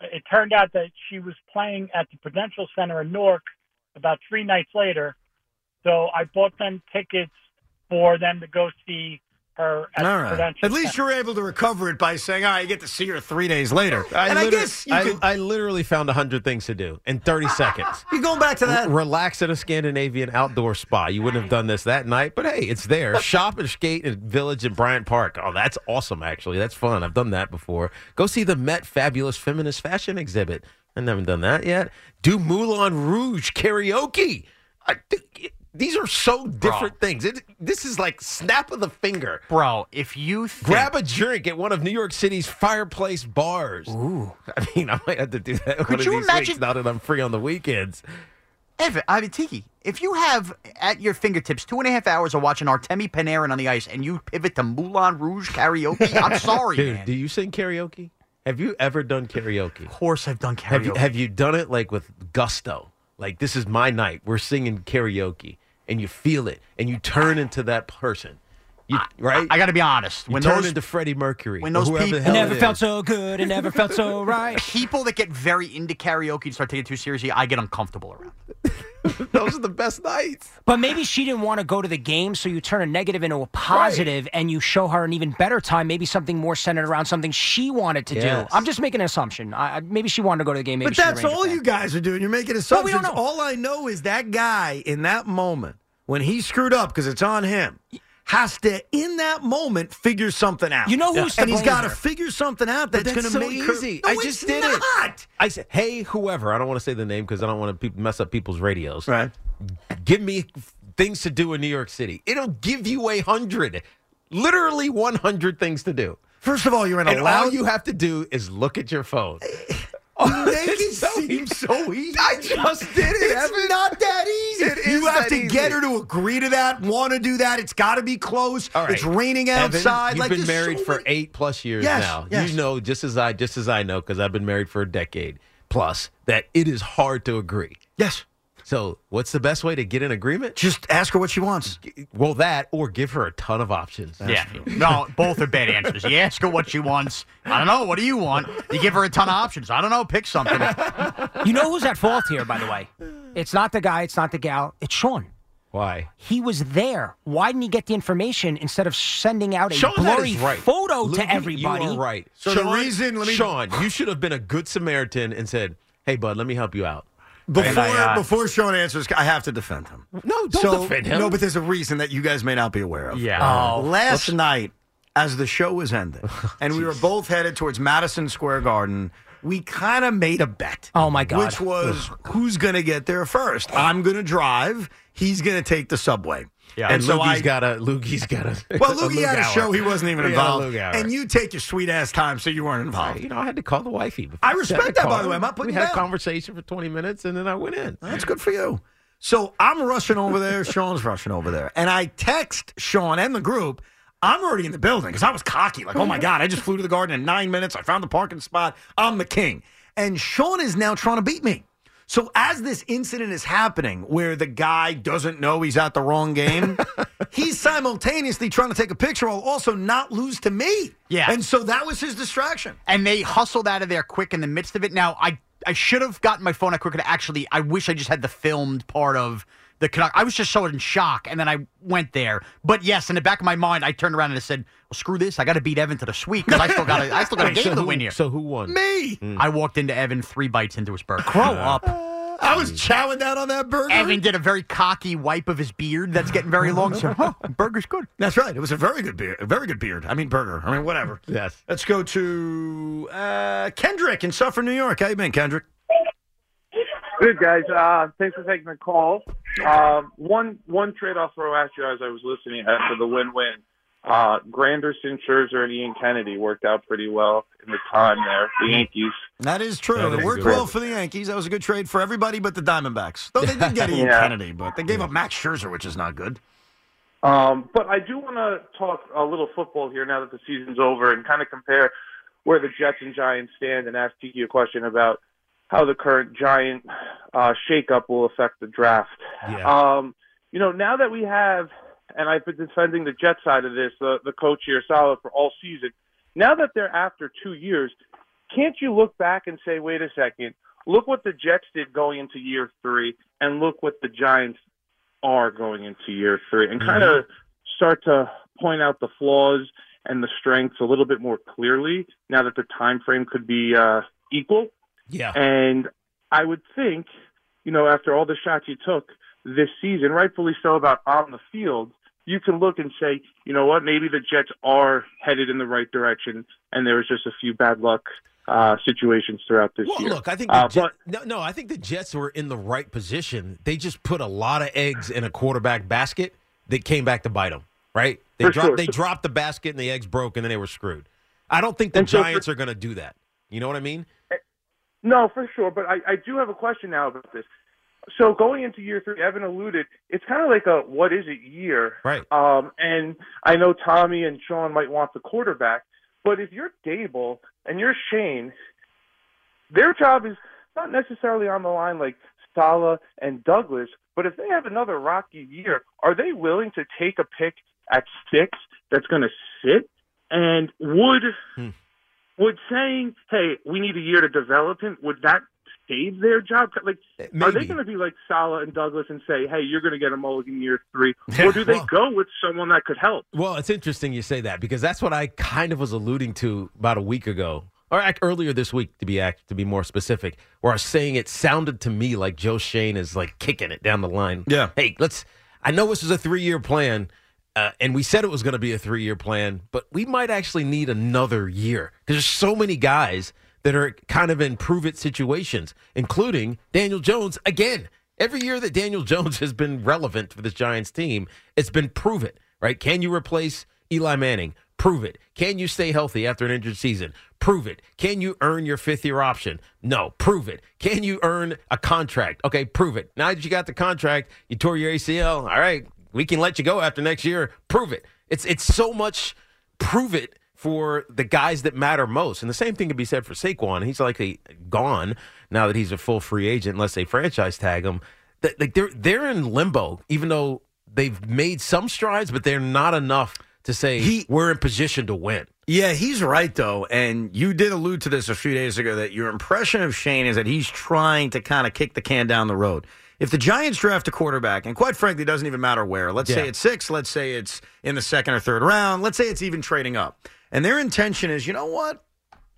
Speaker 9: it turned out that she was playing at the Prudential Center in Newark about three nights later. So I bought them tickets for them to go see her at
Speaker 1: All
Speaker 9: the
Speaker 1: right.
Speaker 9: Prudential
Speaker 1: At least you're able to recover it by saying, all right, you get to see her three days later. and I
Speaker 3: liter-
Speaker 1: guess you
Speaker 3: I,
Speaker 1: could.
Speaker 3: I literally found hundred things to do in thirty seconds.
Speaker 1: You're going back to that.
Speaker 3: R- relax at a Scandinavian outdoor spa. You wouldn't have done this that night, but hey, it's there. Shop and skate at Village in Bryant Park. Oh, that's awesome, actually. That's fun. I've done that before. Go see the Met Fabulous Feminist Fashion Exhibit. I haven't done that yet. Do Moulin Rouge karaoke. I, th- these are so different things. It, this is like snap of the finger.
Speaker 2: Bro, if you think-
Speaker 3: grab a drink at one of New York City's fireplace bars. Ooh. I mean, I might have to do that one
Speaker 2: Could
Speaker 3: of
Speaker 2: you
Speaker 3: these weeks
Speaker 2: imagine-
Speaker 3: now that I'm free on the weekends.
Speaker 2: Evan, I mean, Tiki, if you have at your fingertips two and a half hours of watching Artemi Panarin on the ice and you pivot to Moulin Rouge karaoke, I'm sorry,
Speaker 3: Dude,
Speaker 2: man.
Speaker 3: do you sing karaoke? Have you ever done karaoke? Of
Speaker 2: course, I've done karaoke.
Speaker 3: Have you have you done it like with gusto? Like this is my night. We're singing karaoke, and you feel it, and you turn into that person. You, right?
Speaker 2: I got to be honest.
Speaker 3: You
Speaker 2: when
Speaker 3: turn
Speaker 2: those-
Speaker 3: into Freddie Mercury.
Speaker 2: when
Speaker 3: or
Speaker 2: those
Speaker 3: whoever
Speaker 2: people
Speaker 3: the hell it is.
Speaker 8: so good. It never felt so right.
Speaker 2: People that get very into karaoke and start taking it too seriously, I get uncomfortable around.
Speaker 3: Those are the best nights.
Speaker 8: But maybe she didn't want to go to the game, so you turn a negative into a positive and you show her an even better time, maybe something more centered around something she wanted to
Speaker 1: Yes.
Speaker 8: do. I'm just making an assumption. I, I- maybe she wanted to go to the game. Maybe
Speaker 1: but
Speaker 8: she's a
Speaker 1: that's
Speaker 8: Ranger
Speaker 1: all
Speaker 8: fan.
Speaker 1: you guys are doing. You're making
Speaker 8: Well, we
Speaker 1: assumptions.
Speaker 8: don't know.
Speaker 1: All I know is that guy in that moment, when he screwed up, because it's on him, has to, in that moment, figure something out.
Speaker 8: You know who's
Speaker 1: And
Speaker 8: the
Speaker 1: he's got to
Speaker 8: blamer.
Speaker 1: figure something out
Speaker 3: But
Speaker 1: that's, going to
Speaker 3: so
Speaker 1: make her-
Speaker 3: easy.
Speaker 1: No,
Speaker 3: I
Speaker 1: it's
Speaker 3: just did
Speaker 1: not.
Speaker 3: it. I said, "Hey, whoever." I don't want to say the name because I don't want to pe- mess up people's radios. Right. Give me things to do in New York City. It'll give you a hundred, literally one hundred things to do.
Speaker 1: First of all, you're in a
Speaker 3: And all
Speaker 1: loud.
Speaker 3: you have to do is look at your phone.
Speaker 8: Oh,
Speaker 1: make it seem so easy.
Speaker 3: I just did it,
Speaker 1: It's
Speaker 3: Evan.
Speaker 1: not that easy.
Speaker 3: It is
Speaker 1: you
Speaker 3: that
Speaker 1: have to get
Speaker 3: easy.
Speaker 1: her to agree to that, want to do that. It's got to be close.
Speaker 3: All right.
Speaker 1: It's raining
Speaker 3: Evan,
Speaker 1: outside.
Speaker 3: you've
Speaker 1: like
Speaker 3: been
Speaker 1: there's
Speaker 3: married
Speaker 1: so
Speaker 3: for
Speaker 1: many-
Speaker 3: eight plus years
Speaker 1: Yes,
Speaker 3: now.
Speaker 1: yes.
Speaker 3: You know just as I just as I know because I've been married for a decade plus that it is hard to agree.
Speaker 1: Yes.
Speaker 3: So, what's the best way to get an agreement?
Speaker 1: Just ask her what she wants.
Speaker 3: Well, that or give her a ton of options.
Speaker 2: yeah. No, both are bad answers. You ask her what she wants. I don't know. What do you want? You give her a ton of options. I don't know. Pick something.
Speaker 8: You know who's at fault here, by the way? It's not the guy, it's not the gal, it's Sean.
Speaker 3: Why?
Speaker 8: He was there. Why didn't he get the information instead of sending out a
Speaker 3: Sean, that
Speaker 8: blurry
Speaker 3: is right.
Speaker 8: photo
Speaker 3: Lou, you-
Speaker 8: to everybody?
Speaker 3: You are right.
Speaker 1: So the reason- let me-
Speaker 3: Sean, you should have been a good Samaritan and said, "Hey, bud, let me help you out."
Speaker 1: Before
Speaker 3: And I, uh,
Speaker 1: before Sean answers, I have to defend him.
Speaker 3: No, Oh, don't
Speaker 1: so,
Speaker 3: defend him.
Speaker 1: No, but there's a reason that you guys may not be aware of.
Speaker 3: Yeah.
Speaker 1: Uh,
Speaker 8: Oh.
Speaker 1: last night, as the show was ending, and we were both headed towards Madison Square Garden, we kind of made a bet.
Speaker 8: Oh, my God.
Speaker 1: Which was who's going to get there first? I'm going to drive. He's going to take the subway.
Speaker 3: Yeah,
Speaker 1: and so
Speaker 3: Loogie's
Speaker 1: I
Speaker 3: got a Loogie's got a
Speaker 1: well,
Speaker 3: a
Speaker 1: Loogie had a
Speaker 3: hour.
Speaker 1: show. He wasn't even
Speaker 3: Yeah,
Speaker 1: involved.
Speaker 3: Loogie hour.
Speaker 1: and you take your sweet ass time, so you weren't involved.
Speaker 3: you know, I had to call the wifey. before
Speaker 1: I
Speaker 3: she
Speaker 1: respect
Speaker 3: had to
Speaker 1: that, by
Speaker 3: call.
Speaker 1: the way. I'm not putting
Speaker 3: We
Speaker 1: you
Speaker 3: had a
Speaker 1: down.
Speaker 3: conversation for 20 minutes, and then I went in.
Speaker 1: That's good for you. So I'm rushing over there. Sean's rushing over there. And I text Sean and the group. I'm already in the building because I was cocky. Like, oh my God, I just flew to the garden in nine minutes. I found the parking spot. I'm the king. And Sean is now trying to beat me. So as this incident is happening where the guy doesn't know he's at the wrong game, he's simultaneously trying to take a picture while also not lose to me.
Speaker 2: Yeah.
Speaker 1: And so that was his distraction.
Speaker 2: and they hustled out of there quick in the midst of it. Now, I I should have gotten my phone out quicker. To actually, I wish I just had the filmed part of the Canuck. I was just so in shock, and then I went there. But yes, in the back of my mind, I turned around and I said, "Well, screw this. I got to beat Evan to the sweet because I still got I still got a
Speaker 3: Wait,
Speaker 2: game
Speaker 3: so
Speaker 2: to
Speaker 3: who-
Speaker 2: win here."
Speaker 3: So who won? Mm.
Speaker 1: Me.
Speaker 2: I walked into Evan three bites into his burger.
Speaker 8: Grow up.
Speaker 1: I was chowing down on that burger.
Speaker 2: Evan did a very cocky wipe of his beard that's getting very long. So, oh, burger's good.
Speaker 1: That's right. It was a very good beard. A very good beard. I mean, burger. I mean, whatever.
Speaker 3: Yes.
Speaker 1: Let's go to uh, Kendrick in Suffern, New York. How you been, Kendrick?
Speaker 10: Good guys, uh, thanks for taking the call. Um, one one trade I'll throw at you as I was listening after the win-win. Uh, Granderson, Scherzer, and Ian Kennedy worked out pretty well in the time there. The Yankees.
Speaker 1: That is true.
Speaker 10: That is
Speaker 1: it worked
Speaker 10: good.
Speaker 1: well for the Yankees. That was a good trade for everybody but the Diamondbacks. Though they did get Ian
Speaker 10: Yeah.
Speaker 1: Kennedy, but they gave up Max Scherzer, which is not good.
Speaker 10: Um, but I do want to talk a little football here now that the season's over and kind of compare where the Jets and Giants stand and ask Tiki a question about how the current Giant uh, shakeup will affect the draft. Um, you know, now that we have, and I've been defending the Jet side of this, the, the coach here, Salah, for all season. Now that they're after two years, can't you look back and say, wait a second, look what the Jets did going into year three, and look what the Giants are going into year three,
Speaker 7: Mm-hmm.
Speaker 10: and kind of start to point out the flaws and the strengths a little bit more clearly now that the time frame could be uh, equal.
Speaker 3: Yeah.
Speaker 10: And I would think, you know, after all the shots you took this season, rightfully so, about on the field, you can look and say, you know what, maybe the Jets are headed in the right direction, and there was just a few bad luck uh, situations throughout this
Speaker 3: Well,
Speaker 10: year.
Speaker 3: look, I think the
Speaker 10: uh,
Speaker 3: Jet-
Speaker 10: but
Speaker 3: no, no, I think the Jets were in the right position. They just put a lot of eggs in a quarterback basket that came back to bite them. Right? They
Speaker 10: For
Speaker 3: dropped
Speaker 10: sure.
Speaker 3: they dropped the basket and the eggs broke and then they were screwed. I don't think the
Speaker 10: And so for-
Speaker 3: Giants are going to do that. You know what I mean?
Speaker 10: No, for sure. But I, I do have a question now about this. So going into year three, Evan alluded, it's kind of like a what is it year.
Speaker 3: Right.
Speaker 10: Um, and I know Tommy and Sean might want the quarterback, but if you're Dable and you're Shane, their job is not necessarily on the line like Sala and Douglas, but if they have another rocky year, are they willing to take a pick at six that's going to sit? And would
Speaker 3: Hmm.
Speaker 10: would saying, "Hey, we need a year to develop him," would that save their job? Like, are they
Speaker 3: maybe.
Speaker 10: going to be like Sala and Douglas and say, "Hey, you're going to get a mulligan year three," or do they
Speaker 3: Well-
Speaker 10: go with someone that could help?
Speaker 3: Well, it's interesting you say that because that's what I kind of was alluding to about a week ago, or ac- earlier this week to be ac- to be more specific, where I was saying it sounded to me like Joe Shane is like kicking it down the line.
Speaker 1: Yeah.
Speaker 3: Hey, let's. I know this is a three year plan, uh, and we said it was going to be a three year plan, but we might actually need another year because there's so many guys that are kind of in prove it situations, including Daniel Jones again. Every year that Daniel Jones has been relevant for this Giants team, it's been prove it, right? Can you replace Eli Manning? Prove it. Can you stay healthy after an injured season? Prove it. Can you earn your fifth year option? No. Prove it. Can you earn a contract? Okay, prove it. Now that you got the contract, you tore your ACL. All right, we can let you go after next year. Prove it. It's it's so much prove it for the guys that matter most. And the same thing can be said for Saquon. He's likely gone now that he's a full free agent, unless they franchise tag him. that like they're they're in limbo, even though they've made some strides, but they're not enough to say we're in position to win.
Speaker 1: Yeah, he's right though, and you did allude to this a few days ago that your impression of Shane is that he's trying to kind of kick the can down the road. If the Giants draft a quarterback, and quite frankly, it doesn't even matter where. Let's
Speaker 11: Yeah.
Speaker 1: say it's six. Let's say it's in the second or third round. Let's say it's even trading up. And their intention is, you know what?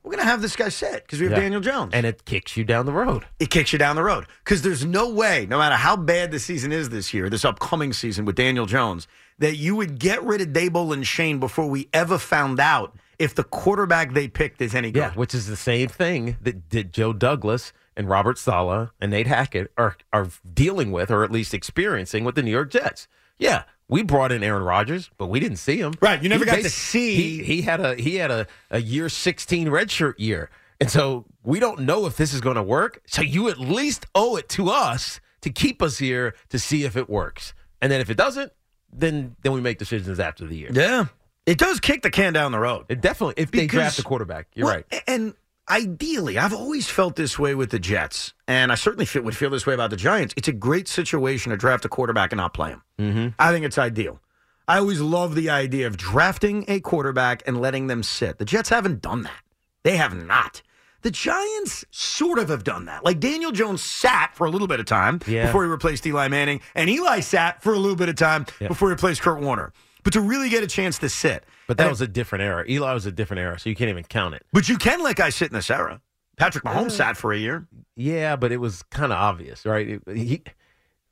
Speaker 1: We're going to have this guy sit because we have
Speaker 3: Yeah.
Speaker 1: Daniel Jones.
Speaker 3: And it kicks you down the road.
Speaker 1: It kicks you down the road because there's no way, no matter how bad the season is this year, this upcoming season with Daniel Jones, that you would get rid of Dable and Shane before we ever found out if the quarterback they picked is any good.
Speaker 3: Yeah, which is the same thing that did Joe Douglas and Robert Sala and Nate Hackett are are dealing with, or at least experiencing with the New York Jets. Yeah, we brought in Aaron Rodgers, but we didn't see him.
Speaker 1: Right, you never got to
Speaker 3: basi-
Speaker 1: see-
Speaker 3: He, he had a he had a, a year sixteen redshirt year, and so we don't know if this is going to work. So you at least owe it to us to keep us here to see if it works, and then if it doesn't, then then we make decisions after the year.
Speaker 1: Yeah. It does kick the can down the road.
Speaker 3: It definitely if they draft a quarterback. You're
Speaker 1: Well,
Speaker 3: right.
Speaker 1: And ideally, I've always felt this way with the Jets, and I certainly feel, would feel this way about the Giants. It's a great situation to draft a quarterback and not play him.
Speaker 11: Mm-hmm.
Speaker 1: I think it's ideal. I always love the idea of drafting a quarterback and letting them sit. The Jets haven't done that. They have not. The Giants sort of have done that. Like Daniel Jones sat for a little bit of time
Speaker 11: Yeah.
Speaker 1: before he replaced Eli Manning, and Eli sat for a little bit of time before he replaced Kurt Warner. But to really get a chance to sit.
Speaker 3: But that
Speaker 1: And-
Speaker 3: was a different era. Eli was a different era, so you can't even count it.
Speaker 1: But you can let guys sit in this era. Patrick Mahomes sat for a year.
Speaker 3: Yeah, but it was kind of obvious, right? It- he,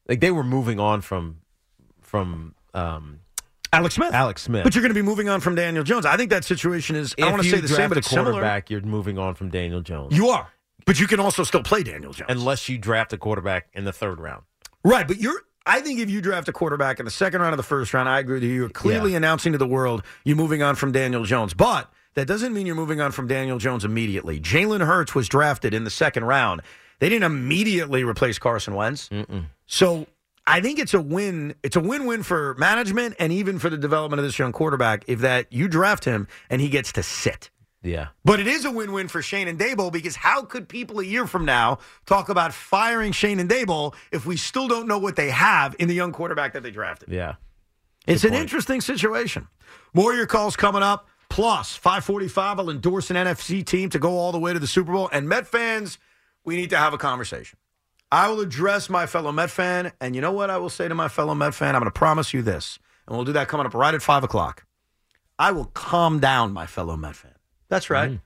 Speaker 3: like they were moving on from from um,
Speaker 1: Alex Smith.
Speaker 3: Alex Smith.
Speaker 1: But you're going to be moving on from Daniel Jones. I think that situation is. I
Speaker 3: If
Speaker 1: don't want to
Speaker 3: you
Speaker 1: say the same,
Speaker 3: draft
Speaker 1: but
Speaker 3: a
Speaker 1: it's similar.
Speaker 3: quarterback. You're moving on from Daniel Jones.
Speaker 1: You are, but you can also still play Daniel Jones
Speaker 3: unless you draft a quarterback in the third round.
Speaker 1: Right, but you're. I think if you draft a quarterback in the second round of the first round, I agree with you. You're clearly announcing to the world you're moving on from Daniel Jones, but that doesn't mean you're moving on from Daniel Jones immediately. Jalen Hurts was drafted in the second round. They didn't immediately replace Carson Wentz. So I think it's a win. It's a win-win for management and even for the development of this young quarterback if that you draft him and he gets to sit.
Speaker 3: Yeah.
Speaker 1: But it is a win-win for Shane and Dable because how could people a year from now talk about firing Shane and Dable if we still don't know what they have in the young quarterback that they drafted?
Speaker 3: Yeah.
Speaker 1: It's an interesting situation. More of your calls coming up. Plus, 545 will endorse an NFC team to go all the way to the Super Bowl. And Met fans, we need to have a conversation. I will address my fellow Met fan, and you know what I will say to my fellow Met fan? I'm going to promise you this, and we'll do that coming up right at 5 o'clock. I will calm down my fellow Met fan. That's right.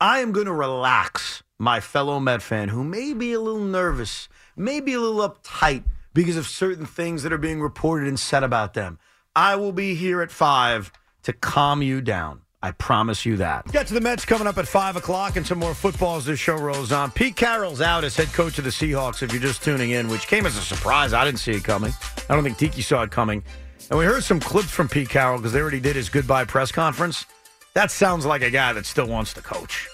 Speaker 1: I am going to relax my fellow Met fan who may be a little nervous, maybe a little uptight because of certain things that are being reported and said about them. I will be here at five to calm you down. I promise you that. Get to the Mets coming up at five o'clock and some more football as this show rolls on. Pete Carroll's out as head coach of the Seahawks. If you're just tuning in, which came as a surprise, I didn't see it coming. I don't think Tiki saw it coming. And we heard some clips from Pete Carroll because they already did his goodbye press conference. That sounds like a guy that still wants to coach.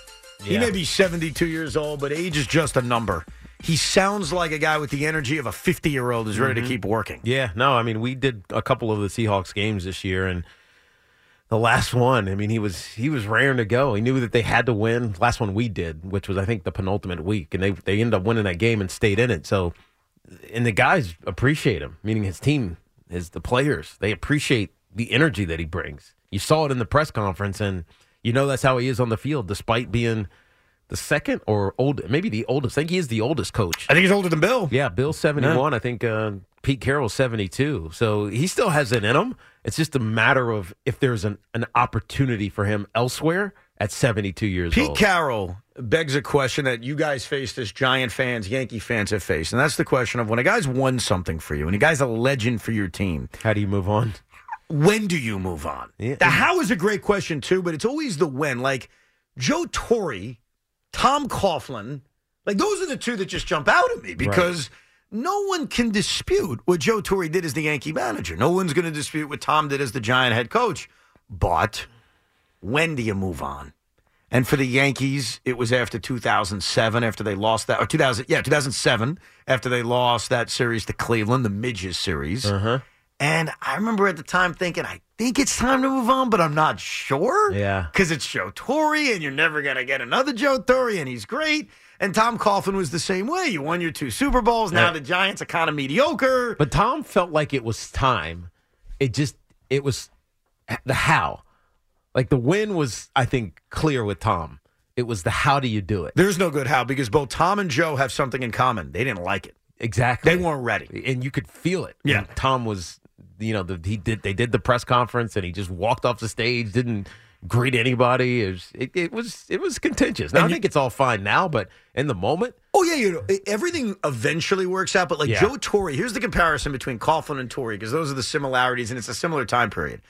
Speaker 1: He
Speaker 11: Yeah.
Speaker 1: may be 72 years old, but age is just a number. He sounds like a guy with the energy of a 50 year old who's ready
Speaker 3: Mhm.
Speaker 1: to keep working.
Speaker 3: Yeah, no, I mean we did a couple of the Seahawks games this year and the last one, I mean he was he was raring to go. He knew that they had to win. Last one we did, which was I think the penultimate week and they they ended up winning that game and stayed in it. So and the guys appreciate him, meaning his team is the players. They appreciate the energy that he brings. You saw it in the press conference and you know that's how he is on the field despite being the second or old maybe the oldest. I think he is the oldest coach.
Speaker 1: I think he's older than Bill.
Speaker 3: Yeah, Bill 71. I think uh, Pete Carroll's 72. So he still has it in him. It's just a matter of if there's an, an opportunity for him elsewhere at 72 years
Speaker 1: Pete
Speaker 3: old.
Speaker 1: Carroll begs a question that you guys faced as Giant fans, Yankee fans have faced, and that's the question of when a guy's won something for you, and a guy's a legend for your team.
Speaker 3: How do you move on?
Speaker 1: When do you move on? The how is a great question too, but it's always the when. Like Joe Torre, Tom Coughlin, like those are the two that just jump out at me because no one can dispute what Joe Torre did as the Yankee manager. No one's going to dispute what Tom did as the Giant head coach. But when do you move on? And for the Yankees, it was after 2007, after they lost that, or 2000, yeah, 2007, after they lost that series to Cleveland, the Midges series. Uh-huh. And I remember at the time thinking, I think it's time to move on, but I'm not sure.
Speaker 3: Yeah.
Speaker 1: Because it's Joe Torre, and you're never going to get another Joe Torre, and he's great. And Tom Coughlin was the same way. You won your two Super Bowls. Now
Speaker 3: Yeah.
Speaker 1: the Giants are kind of mediocre.
Speaker 3: But Tom felt like it was time. It just it was the how. Like the win was, I think, clear with Tom. It was the how do you do it?
Speaker 1: There's no good how because both Tom and Joe have something in common. They didn't like it.
Speaker 3: Exactly.
Speaker 1: They weren't ready.
Speaker 3: And you could feel it. Yeah. Tom was, you know, the, he did. They did the press conference, and he just walked off the stage, didn't greet anybody. It was, it, it was, it was contentious. Now I think it's all fine now, but in the moment,
Speaker 1: Oh yeah, you know everything eventually works out. But like
Speaker 3: Yeah.
Speaker 1: Joe Torre, here's the comparison between Coughlin and Torre because those are the similarities, and it's a similar time period.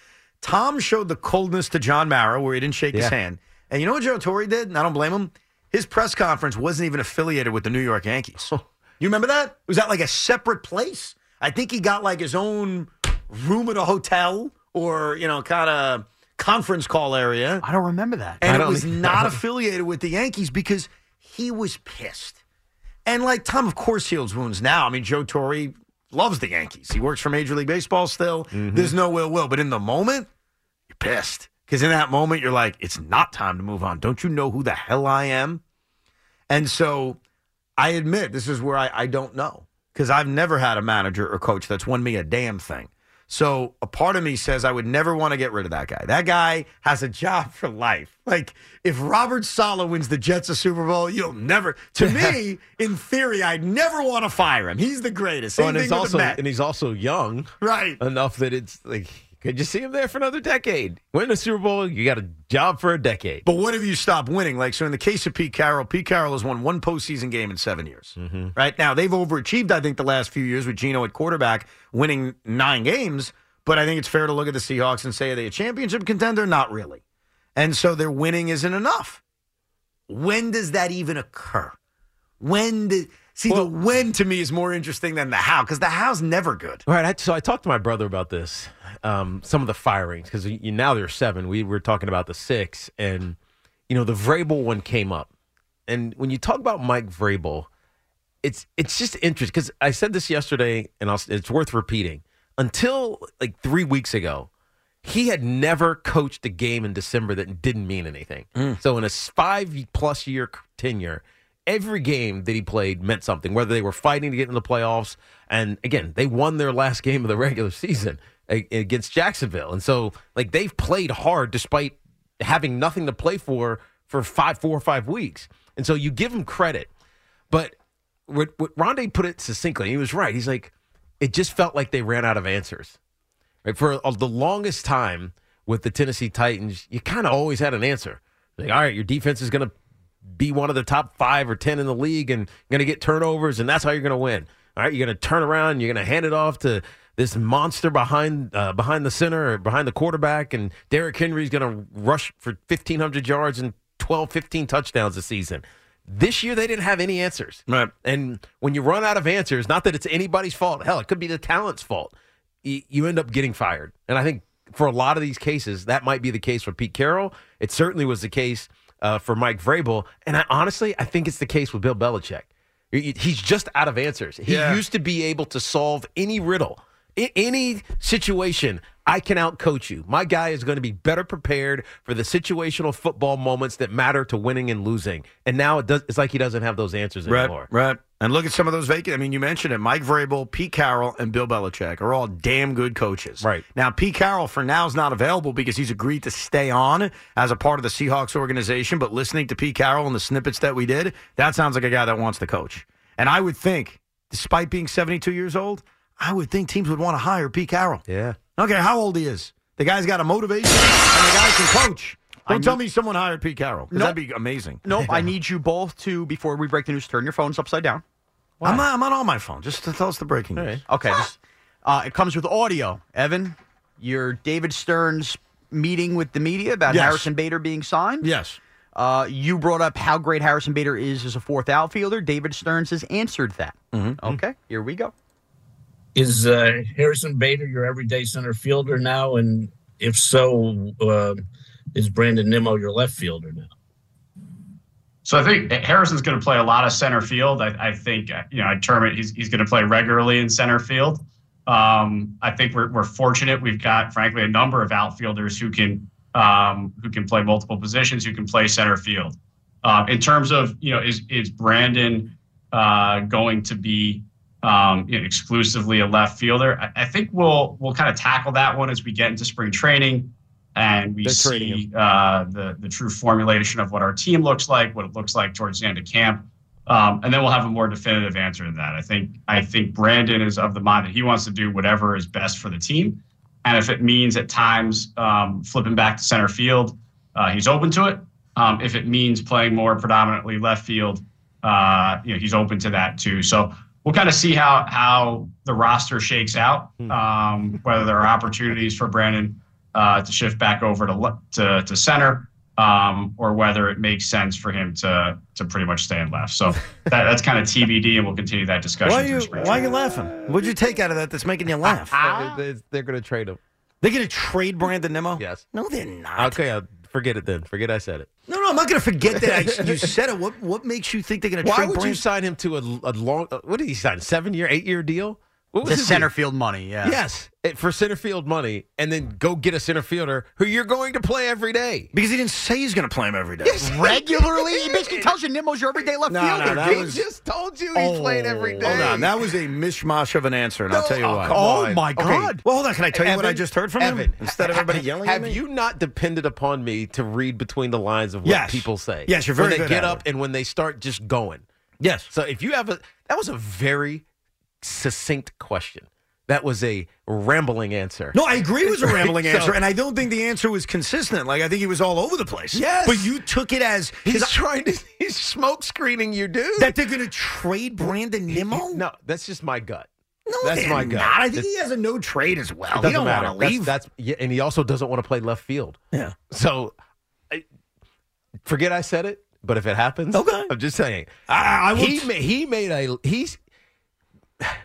Speaker 1: Tom showed the coldness to John Mara where he didn't shake his
Speaker 3: Yeah.
Speaker 1: hand, and you know what Joe Torre did, and I don't blame him. His press conference wasn't even affiliated with the New York Yankees.
Speaker 2: Oh.
Speaker 1: you remember that? Was that like a separate place? I think he got like his own room at a hotel or you know kind of conference call area.
Speaker 2: I don't remember that.
Speaker 1: And it was not affiliated with the Yankees because he was pissed. And like Tom, of course, heals wounds now. I mean, Joe Torre loves the Yankees. He works for Major League Baseball still.
Speaker 2: Mm-hmm.
Speaker 1: There's no ill will. But in the moment, you're pissed. Because in that moment, you're like, it's not time to move on. Don't you know who the hell I am? And so I admit this is where I, I don't know because I've never had a manager or coach that's won me a damn thing. So a part of me says I would never want to get rid of that guy. That guy has a job for life. Like if Robert Sala wins the Jets a Super Bowl, you'll never. To me, in theory, I'd never want to fire him. He's the greatest. Same
Speaker 3: Oh, and
Speaker 1: thing
Speaker 3: he's
Speaker 1: with
Speaker 3: also
Speaker 1: the Mets.
Speaker 3: and he's also young,
Speaker 1: right?
Speaker 3: Enough that it's like, could you see him there for another decade? Win the Super Bowl, you got a job for a decade.
Speaker 1: But what if you stop winning? Like, so in the case of Pete Carroll, Pete Carroll has won one postseason game in seven years.
Speaker 5: Mm-hmm.
Speaker 3: Mm-hmm.
Speaker 1: Right now, they've overachieved, I think, the last few years with Geno at quarterback, winning nine games. But I think it's fair to look at the Seahawks and say, are they a championship contender? Not really. And so their winning isn't enough. When does that even occur? When do, see the when to me is more interesting than the how because the how's never good.
Speaker 3: All right. I, so I talked to my brother about this, um, some of the firings, because you, now there are seven. We were talking about the six, and you know the Vrabel one came up, and when you talk about Mike Vrabel, it's it's just interesting because I said this yesterday, and I'll, it's worth repeating. Until like three weeks ago, he had never coached a game in December that didn't mean anything. So in a five plus year c- tenure, every game that he played meant something. Whether they were fighting to get in the playoffs, and again, they won their last game of the regular season a- against Jacksonville, and so like they've played hard despite having nothing to play for for five, four or five weeks. And so you give him credit, but what, what Rondé put it succinctly, and he was right. He's like, it just felt like they ran out of answers. Right? For uh, the longest time with the Tennessee Titans, you kind of always had an answer. Like, all right, your defense is going to be one of the top five or 10 in the league and going to get turnovers, and that's how you're going to win. All right, you're going to turn around, you're going to hand it off to this monster behind uh, behind the center or behind the quarterback, and Derrick Henry's going to rush for 1,500 yards and 12, 15 touchdowns this season. This year, they didn't have any answers. Right. And when you run out of answers, not that it's anybody's fault, hell, it could be the talent's fault you, you end up getting fired. And I think for a lot of these cases, that might be the case for Pete Carroll. It certainly was the case uh, for Mike Vrabel. And I honestly, I think it's the case with Bill Belichick. He- He's just out of answers. He used to be able to solve any riddle, a- any situation. I can outcoach you. My guy is going to be better prepared for the situational football moments that matter to winning and losing. And now it does. It's like he doesn't have those answers
Speaker 1: Right,
Speaker 3: anymore.
Speaker 1: right. And look at some of those vacant. I mean, you mentioned it. Mike Vrabel, Pete Carroll, and Bill Belichick are all damn good coaches. Right. Now, Pete Carroll for now is not available because he's agreed to stay on as a part of the Seahawks organization. But listening to Pete Carroll and the snippets that we did, that sounds like a guy that wants to coach. And I would think, despite being 72 years old, I would think teams would want to hire Pete Carroll.
Speaker 3: Yeah.
Speaker 1: Okay, how old he is. The guy's got a motivation and the guy can coach. Don't
Speaker 2: I
Speaker 1: tell
Speaker 2: need-
Speaker 1: me someone hired Pete Carroll. 'cause
Speaker 2: Nope.
Speaker 1: That'd be amazing.
Speaker 2: Nope. I need you both to before we break the news. Turn your phones upside down.
Speaker 1: I'm, on- I'm on all my phone. Just to tell us the breaking news.
Speaker 2: Okay. this- uh, it comes with audio. Evan, your David Stern's meeting with the media about
Speaker 1: Yes.
Speaker 2: Harrison Bader being signed.
Speaker 1: Yes.
Speaker 2: Uh, you brought up how great Harrison Bader is as a fourth outfielder. David Stearns has answered that.
Speaker 1: Mm-hmm,
Speaker 2: Okay, here we go.
Speaker 11: Is uh, Harrison Bader your everyday center fielder now? And if so, uh, is Brandon Nimmo your left fielder now?
Speaker 12: So I think Harrison's going to play a lot of center field. I, I think uh, you know I term it he's, he's going to play regularly in center field. Um, I think we're, we're fortunate. We've got frankly a number of outfielders who can um, who can play multiple positions, who can play center field. Uh, in terms of you know, is is Brandon uh, going to be um, you know, exclusively a left fielder? I, I think we'll we'll kind of tackle that one as we get into spring training and we
Speaker 13: They're trading
Speaker 12: see uh, the the true formulation of what our team looks like, what it looks like towards the end of camp, um, and then we'll have a more definitive answer to that. I think I think Brandon is of the mind that he wants to do whatever is best for the team, and if it means at times um, flipping back to center field, uh, he's open to it. Um, if it means playing more predominantly left field, uh, you know, he's open to that too. So we'll kind of see how how the roster shakes out,
Speaker 1: Hmm.
Speaker 12: um, whether there are opportunities for Brandon uh, to shift back over to le- to, to center, um, or whether it makes sense for him to to pretty much stay in left. So that, that's kind of TBD, and we'll continue that discussion.
Speaker 1: Why are
Speaker 12: through
Speaker 1: you
Speaker 12: spring
Speaker 1: Why are you
Speaker 12: training.
Speaker 1: laughing? What'd you take out of that that's making you laugh?
Speaker 3: They're, going to trade him.
Speaker 1: They're going to trade Brandon Nimmo?
Speaker 3: Yes.
Speaker 1: No, they're not.
Speaker 3: Okay, I'll forget it then. Forget I said it.
Speaker 1: No, no, I'm not going to forget that I, you said it. What What makes you think they're going to
Speaker 3: Why
Speaker 1: trade
Speaker 3: would you
Speaker 1: Brandon?
Speaker 3: sign him to a, a long? uh, What did he sign? Seven year, eight year deal? What
Speaker 2: The
Speaker 3: his
Speaker 2: center
Speaker 3: deal?
Speaker 2: field money, yeah.
Speaker 3: Yes, it- for center field money, and then go get a center fielder who you're going to play every day.
Speaker 1: Because he didn't say he's going to play him every day.
Speaker 2: Regularly, he basically tells you Nimmo's your everyday left
Speaker 1: No,
Speaker 2: fielder.
Speaker 1: no, that
Speaker 2: dude.
Speaker 1: was-
Speaker 3: just told you
Speaker 1: Oh, Hold on, that was a mishmash of an answer, and I'll tell you
Speaker 3: oh,
Speaker 1: why.
Speaker 3: come
Speaker 1: Oh
Speaker 3: on.
Speaker 1: my
Speaker 3: Okay.
Speaker 1: God! Well, hold on. Can I tell you what I
Speaker 3: Evan,
Speaker 1: just heard from
Speaker 3: Evan,
Speaker 1: him instead of everybody yelling
Speaker 3: Have
Speaker 1: at me?
Speaker 3: you not depended upon me to read between the lines of what
Speaker 1: Yes.
Speaker 3: people say?
Speaker 1: Yes, you're
Speaker 3: When
Speaker 1: very
Speaker 3: they
Speaker 1: good
Speaker 3: get
Speaker 1: at
Speaker 3: up and when they start just going.
Speaker 1: Yes.
Speaker 3: So if you have a, that was a very succinct question. That was a rambling answer.
Speaker 1: No, I agree it was a rambling
Speaker 3: So-
Speaker 1: answer, and I don't think the answer was consistent. Like I think he was all over the place.
Speaker 3: Yes.
Speaker 1: but you took it as
Speaker 3: He's
Speaker 1: 'cause I-
Speaker 3: trying to. He's smoke screening you, dude.
Speaker 1: that they're going to trade Brandon Nimmo.
Speaker 3: no, that's just my gut.
Speaker 1: No,
Speaker 3: that's
Speaker 1: they're
Speaker 3: my gut.
Speaker 1: Not. I think
Speaker 3: That's-
Speaker 1: he has a no trade as well.
Speaker 3: It
Speaker 1: He
Speaker 3: doesn't
Speaker 1: don't
Speaker 3: matter.
Speaker 1: want to leave.
Speaker 3: That's, that's yeah, and he also doesn't want to play left field.
Speaker 1: Yeah.
Speaker 3: So, I, forget I said it. But if it happens,
Speaker 1: Okay.
Speaker 3: I'm just saying.
Speaker 1: I- I will
Speaker 3: he
Speaker 1: t-
Speaker 3: ma- he made a he's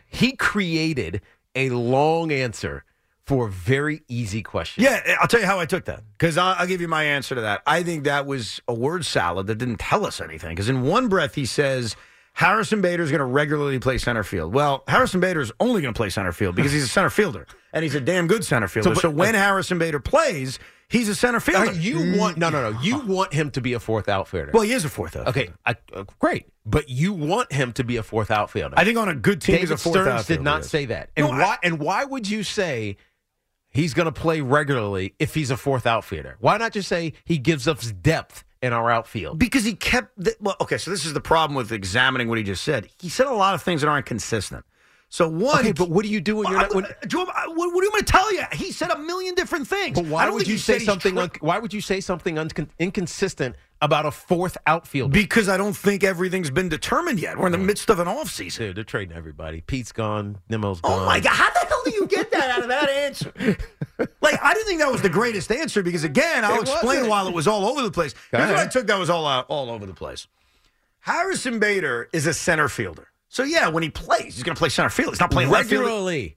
Speaker 3: he created a long answer for a very easy question.
Speaker 1: Yeah, eh, I'll tell you how I took that because I'll, I'll give you my answer to that. I think that was a word salad that didn't tell us anything. Because in one breath he says Harrison Bader is going to regularly play center field. Well, Harrison Bader is only going to play center field because he's a center fielder and he's a damn good center fielder. So,
Speaker 3: but-
Speaker 1: when Harrison Bader plays, he's a center
Speaker 3: All
Speaker 1: fielder.
Speaker 3: right, you want no no no. You want him to be a fourth outfielder.
Speaker 1: Well, he is a fourth outfielder.
Speaker 3: okay, I, uh, great. But you want him to be a fourth outfielder.
Speaker 1: I think on a good team, he's
Speaker 3: David
Speaker 1: a fourth
Speaker 3: Stearns
Speaker 1: outfielder,
Speaker 3: did not
Speaker 1: yes.
Speaker 3: say that. And
Speaker 1: No, I-
Speaker 3: why? and why would you say he's going to play regularly if he's a fourth outfielder? Why not just say he gives us depth in our outfield?
Speaker 1: Because he kept. The, well, okay, so this is the problem with examining what he just said. He said a lot of things that aren't consistent. So one,
Speaker 3: Okay, but what do you do when
Speaker 1: Well,
Speaker 3: you're not?
Speaker 1: I'm
Speaker 3: When,
Speaker 1: gonna- Joe, I- what, what do you want to tell you? He said a million different things.
Speaker 3: but
Speaker 1: I
Speaker 3: why
Speaker 1: don't
Speaker 3: would
Speaker 1: think
Speaker 3: you
Speaker 1: he
Speaker 3: say
Speaker 1: said he's
Speaker 3: something?
Speaker 1: tri-
Speaker 3: Un, why would you say something uncon inconsistent about a fourth outfielder?
Speaker 1: because I don't think everything's been determined yet. We're in the midst of an offseason.
Speaker 3: Dude, they're trading everybody. Pete's gone. Nimmo's
Speaker 1: Oh
Speaker 3: gone.
Speaker 1: my God! How the hell do you get that out of that answer? Like, I didn't think that was the greatest answer because, again, I'll
Speaker 3: It
Speaker 1: explain
Speaker 3: wasn't.
Speaker 1: why it was all over the place. Here's what I
Speaker 3: ahead.
Speaker 1: took that was all out, all over the place. Harrison Bader is a center fielder, so yeah, when he plays, he's going to play center field. He's not playing left field. Uh,
Speaker 3: regularly.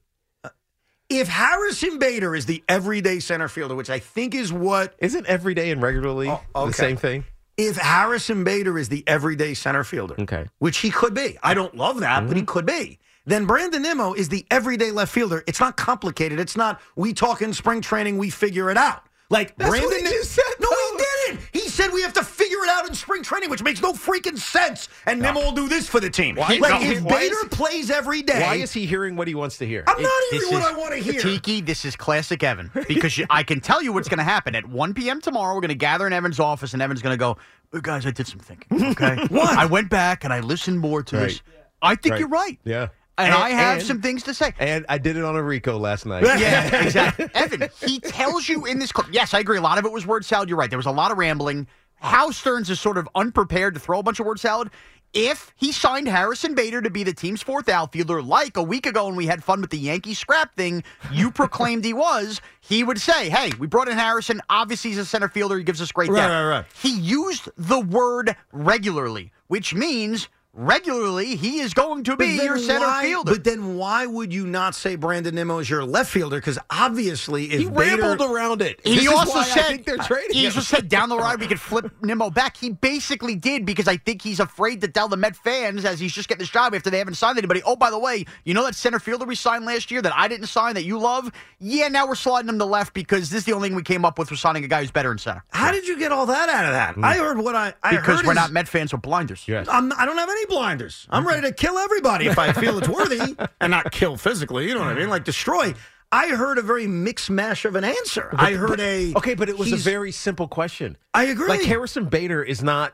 Speaker 1: If Harrison Bader is the everyday center fielder, which I think is what
Speaker 3: Isn't every day and regularly
Speaker 1: Oh,
Speaker 3: the
Speaker 1: okay.
Speaker 3: same thing?
Speaker 1: if Harrison Bader is the everyday center fielder,
Speaker 3: Okay. Mm-hmm.
Speaker 1: which he could be. I don't love that, but he could be. Then Brandon Nimmo is the everyday left fielder. It's not complicated. It's not we talk in spring training, we figure it out. Like
Speaker 3: That's what
Speaker 1: Brandon
Speaker 3: he
Speaker 1: Nim-
Speaker 3: just said,
Speaker 1: No,
Speaker 3: though.
Speaker 1: he didn't. He said we have to figure it out in spring training, which makes no freaking sense. And Nimmo will do this for the team.
Speaker 3: Why-
Speaker 1: like
Speaker 3: no,
Speaker 1: if
Speaker 3: why
Speaker 1: Bader
Speaker 3: is-
Speaker 1: plays every day,
Speaker 3: Why is he hearing what he wants to hear?
Speaker 1: I'm not
Speaker 2: This
Speaker 1: hearing what
Speaker 2: is-
Speaker 1: I want to hear.
Speaker 2: Tiki, this is classic Evan because you, I can tell you what's going to happen at 1 p.m. tomorrow. We're going to gather in Evan's office, and Evan's going to go, "Uh, "Guys, I did some thinking. Okay,
Speaker 1: What?
Speaker 2: I went back and I listened more to this. I think
Speaker 3: Right.
Speaker 2: you're right,
Speaker 3: Yeah.
Speaker 2: and, I have
Speaker 3: and-
Speaker 2: some things to say."
Speaker 3: And I did it on a Rico last night.
Speaker 2: Yeah, exactly. Evan, he tells you in this clip. Yes, I agree. A lot of it was word salad. You're right. There was a lot of rambling. How Stearns is sort of unprepared to throw a bunch of word salad. If he signed Harrison Bader to be the team's fourth outfielder, like a week ago when we had fun with the Yankee scrap thing, you proclaimed he was, he would say, Hey, we brought in Harrison. Obviously, he's a center fielder. He gives us great
Speaker 1: Right,
Speaker 2: depth.
Speaker 1: right, right.
Speaker 2: He used the word regularly, which means regularly, he is going to be your center
Speaker 1: why,
Speaker 2: fielder.
Speaker 1: But then why would you not say Brandon Nimmo is your left fielder? Because obviously, if
Speaker 2: He
Speaker 1: Bader-
Speaker 2: rambled
Speaker 3: around it.
Speaker 2: He also said uh, He
Speaker 1: him.
Speaker 2: also said down the road we could flip Nimmo back. He basically did because I think he's afraid to tell the Met fans as he's just getting this job after they haven't signed anybody. Oh, by the way, you know that center fielder we signed last year that I didn't sign that you love? Yeah, now we're sliding him to left because this is the only thing we came up with was signing a guy who's better in center.
Speaker 1: How did you get all that out of that? I heard what I, I
Speaker 2: Mm. because
Speaker 1: heard
Speaker 2: we're
Speaker 1: is-
Speaker 2: not Mm-hmm. Met fans with blinders. Yes.
Speaker 1: I'm, I don't have any blinders. I'm ready to kill everybody if I feel it's worthy, and not kill physically. You know what
Speaker 2: Mm.
Speaker 1: I mean? Like destroy. I heard a very mixed mash of an answer. I heard a
Speaker 3: okay, but it was a
Speaker 1: he's-
Speaker 3: very simple question.
Speaker 1: I agree.
Speaker 3: Like Harrison Bader is not,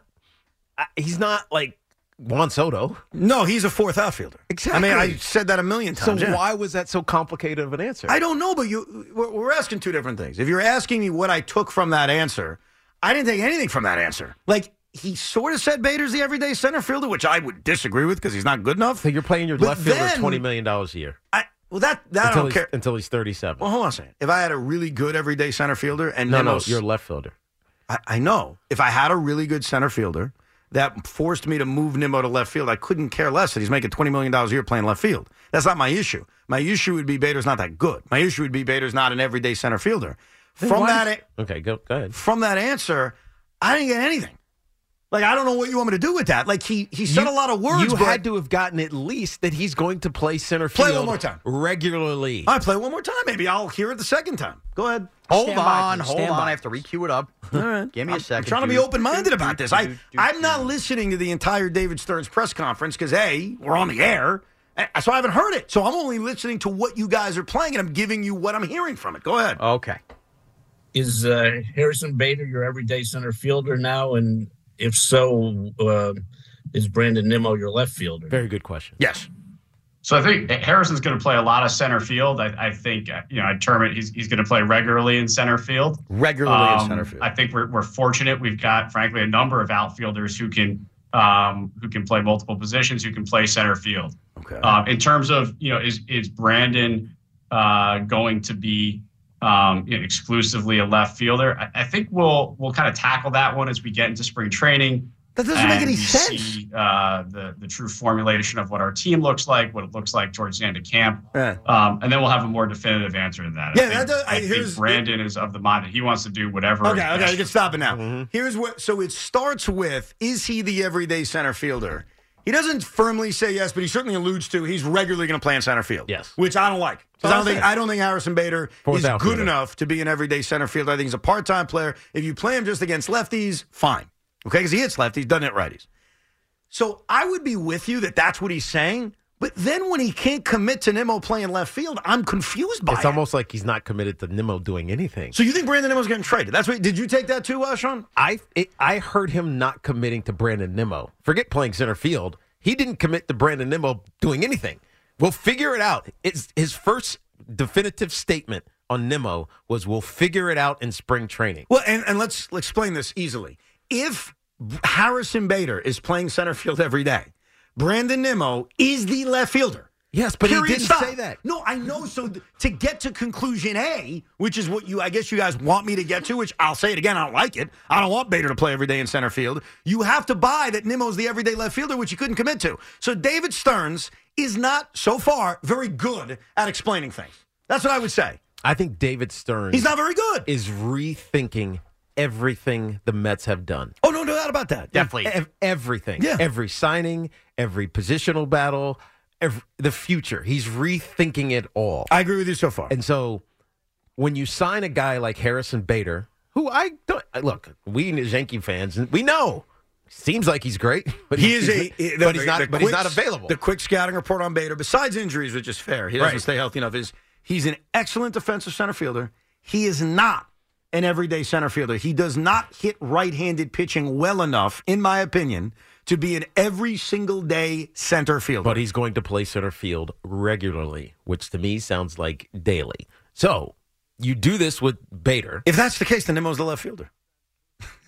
Speaker 3: I- he's not like Juan Soto.
Speaker 1: No, he's a fourth outfielder.
Speaker 3: Exactly.
Speaker 1: I mean, I said that a million
Speaker 3: So
Speaker 1: times. yeah.
Speaker 3: why was that so complicated of an answer?
Speaker 1: I don't know, but you we're, we're asking two different things. If you're asking me what I took from that answer, I didn't take anything from that answer. Like he sort of said Bader's the everyday center fielder, which I would disagree with because he's not good enough. So
Speaker 3: you're playing your left fielder twenty million dollars a year.
Speaker 1: I well that that I
Speaker 3: until
Speaker 1: don't
Speaker 3: he's,
Speaker 1: care.
Speaker 3: until he's thirty seven.
Speaker 1: Well, hold on a second. If I had a really good everyday center fielder and
Speaker 3: no, no,
Speaker 1: Nemo's-
Speaker 3: you're a left fielder.
Speaker 1: I, I know. If I had a really good center fielder that forced me to move Nimmo to left field, I couldn't care less that he's making $20 million a year playing left field. That's not my issue. My issue would be Bader's not that good. My issue would be Bader's not an everyday center fielder.
Speaker 3: Then
Speaker 1: From
Speaker 3: why-
Speaker 1: that, a-
Speaker 3: Okay, go go ahead.
Speaker 1: from that answer, I didn't get anything. Like I don't know what you want me to do with that. Like he he said
Speaker 3: You-
Speaker 1: a lot of words.
Speaker 3: You
Speaker 1: but
Speaker 3: had to have gotten at least that he's going to play center
Speaker 1: Play
Speaker 3: field.
Speaker 1: one more time.
Speaker 3: regularly.
Speaker 1: I play one more time. Maybe I'll hear it the second time. Go ahead.
Speaker 2: Hold
Speaker 1: Stand by,
Speaker 2: on,
Speaker 1: please.
Speaker 2: hold on.
Speaker 1: Stand by.
Speaker 2: I have to re-cue it up.
Speaker 1: All right.
Speaker 2: Give me a second.
Speaker 1: I'm trying to be
Speaker 2: dude.
Speaker 1: open minded about this. I, I'm not listening to the entire David Stearns press conference because, A, we're on the air. and- So I haven't heard it. So I'm only listening to what you guys are playing and I'm giving you what I'm hearing from it. Go ahead.
Speaker 2: Okay.
Speaker 11: Is uh, Harrison Bader your everyday center fielder now? And if so, uh, is Brandon Nimmo your left fielder?
Speaker 3: Very good question.
Speaker 1: Yes.
Speaker 12: So I think Harrison's going to play a lot of center field. I, I think uh, you know I term it he's, he's going to play regularly in center field.
Speaker 1: Regularly in center
Speaker 12: field. I think we're, we're fortunate. We've got frankly a number of outfielders who can um, who can play multiple positions, who can play center field.
Speaker 1: Okay.
Speaker 12: Um, in terms of you know is is Brandon uh, going to be um, you know, exclusively a left fielder? I, I think we'll we'll kind of tackle that one as we get into spring training.
Speaker 1: That doesn't make
Speaker 12: and
Speaker 1: any
Speaker 12: we
Speaker 1: sense.
Speaker 12: See, uh, the the true formulation of what our team looks like, what it looks like towards the end of camp, um, and then we'll have a more definitive answer to that.
Speaker 1: Yeah,
Speaker 12: I think,
Speaker 1: that does- I-
Speaker 12: I think
Speaker 1: here's-
Speaker 12: Brandon is of the mind that he wants to do whatever. is
Speaker 1: Okay, okay,
Speaker 12: best
Speaker 1: you can stop it now.
Speaker 3: Mm-hmm.
Speaker 1: Here's what so it starts with is he the everyday center fielder? He doesn't firmly say yes, but he certainly alludes to he's regularly going to play in center field. Yes. Which I don't like. 'Cause I don't think I don't think Harrison Bader
Speaker 3: Fourth
Speaker 1: is good
Speaker 3: outfielder.
Speaker 1: enough to be an everyday center fielder. I think he's a part-time player. If you play him just against lefties, fine. Okay, cuz he hits lefties, doesn't hit righties. So I would be with you that that's what he's saying, but then when he can't commit to Nimmo playing left field, I'm confused by
Speaker 3: It's
Speaker 1: it.
Speaker 3: almost like he's not committed to Nimmo doing anything.
Speaker 1: so you think Brandon Nimmo's getting traded? That's what did you take that too, uh, Sean?
Speaker 3: I it, I heard him not committing to Brandon Nimmo. Forget playing center field. He didn't commit to Brandon Nimmo doing anything. We'll figure it out. It's his first definitive statement on Nimmo was we'll figure it out in spring training.
Speaker 1: Well, and, and let's explain this easily. If Harrison Bader is playing center field every day, Brandon Nimmo is the left fielder.
Speaker 3: Yes, but he
Speaker 1: Period.
Speaker 3: didn't
Speaker 1: Stop.
Speaker 3: say that.
Speaker 1: No, I know. So th- to get to conclusion A, which is what you, I guess you guys want me to get to, which I'll say it again. I don't like it. I don't want Bader to play every day in center field. You have to buy that Nimmo's the everyday left fielder, which you couldn't commit to. So David Stearns is not so far very good at explaining things. That's what I would say.
Speaker 3: I think David Stern
Speaker 1: He's not very good.
Speaker 3: is rethinking everything the Mets have done.
Speaker 1: Oh no, no doubt about that.
Speaker 3: Definitely. everything. Yeah. Every signing, every positional battle, ev the future. He's rethinking it all.
Speaker 1: I agree with you so far.
Speaker 3: And so when you sign a guy like Harrison Bader, who I don't look, we as Yankee fans, we know. Seems like he's great, but
Speaker 1: he is
Speaker 3: he's,
Speaker 1: a, the-
Speaker 3: but he's not.
Speaker 1: the
Speaker 3: but he's
Speaker 1: quick-
Speaker 3: not available.
Speaker 1: The quick scouting report on Bader, besides injuries, which is fair, he doesn't
Speaker 3: Right.
Speaker 1: stay healthy enough. Is he's an excellent defensive center fielder. He is not an everyday center fielder. He does not hit right-handed pitching well enough, in my opinion, to be an every single day center fielder.
Speaker 3: But he's going to play center field regularly, which to me sounds like daily. So you do this with Bader,
Speaker 1: if that's the case, then Nimmo's the left fielder.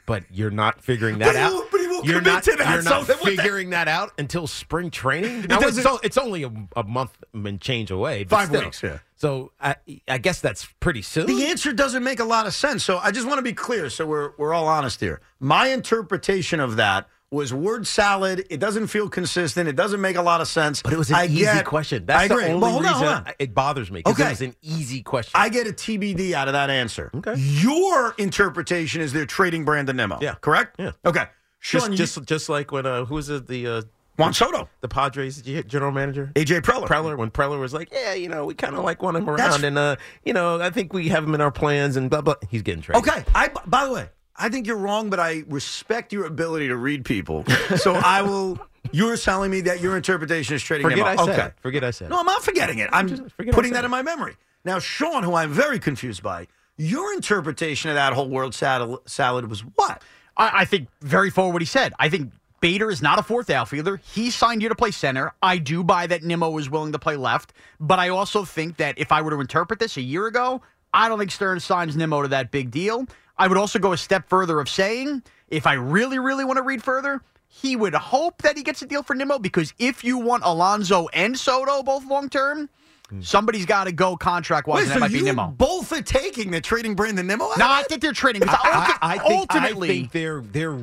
Speaker 3: but you're not figuring that
Speaker 1: But he
Speaker 3: out.
Speaker 1: won't- but he won't
Speaker 3: you're
Speaker 1: commit
Speaker 3: not,
Speaker 1: to that,
Speaker 3: You're
Speaker 1: so
Speaker 3: not
Speaker 1: then what the-
Speaker 3: figuring that out until spring training. Now, it's,
Speaker 1: doesn't-
Speaker 3: o- it's only a, a month and change away. but
Speaker 1: Five
Speaker 3: still.
Speaker 1: weeks, yeah.
Speaker 3: So I, I guess that's pretty soon.
Speaker 1: The answer doesn't make a lot of sense. So I just want to be clear. So we're we're all honest here. My interpretation of that was word salad. It doesn't feel consistent. It doesn't make a lot of sense. But
Speaker 3: it was an easy question. That's the only reason it bothers me. 'cause
Speaker 1: Okay.
Speaker 3: It was an easy question.
Speaker 1: I get a TBD out of that answer. Okay. Your interpretation is they're trading Brandon Nemo. Yeah. Correct? Yeah. Okay.
Speaker 3: Just,
Speaker 1: Sean, you-
Speaker 3: just, just like when uh, who was it? The uh,
Speaker 1: Juan Soto,
Speaker 3: the Padres g- general manager,
Speaker 1: AJ Preller.
Speaker 3: Preller, when Preller was like, "Yeah, you know, we kind of like want him around, and uh, you know, I think we have him in our plans, and blah blah." He's getting traded.
Speaker 1: Okay. I by the way, I think you're wrong, but I respect your ability to read people. So I will you're telling me that your interpretation is trading
Speaker 3: Forget
Speaker 1: Nemo.
Speaker 3: I said.
Speaker 1: okay.
Speaker 3: it. Forget I said.
Speaker 1: No, I'm not forgetting it. I'm
Speaker 3: I
Speaker 1: putting
Speaker 3: said
Speaker 1: that in my memory. Now, Sean, who I'm very confused by, your interpretation of that whole world salad, salad was what?
Speaker 2: I, I think very forward what he said. I think Bader is not a fourth outfielder. He signed you to play center. I do buy that Nimmo is willing to play left, but I also think that if I were to interpret this a year ago, I don't think Stern signs Nimmo to that big deal. I would also go a step further of saying, if I really, really want to read further, he would hope that he gets a deal for Nimmo because if you want Alonso and Soto both long term, somebody's got to go contract wise,
Speaker 1: Hmm.
Speaker 2: and
Speaker 1: Wait, so
Speaker 2: that might
Speaker 1: you
Speaker 2: be Nimmo.
Speaker 1: both are taking the trading Brandon Nimmo? out
Speaker 2: No,
Speaker 1: of
Speaker 2: I
Speaker 1: it?
Speaker 2: think they're trading. 'cause
Speaker 3: I, I- I
Speaker 2: ulti-
Speaker 3: think,
Speaker 2: ultimately,
Speaker 3: I think they're they're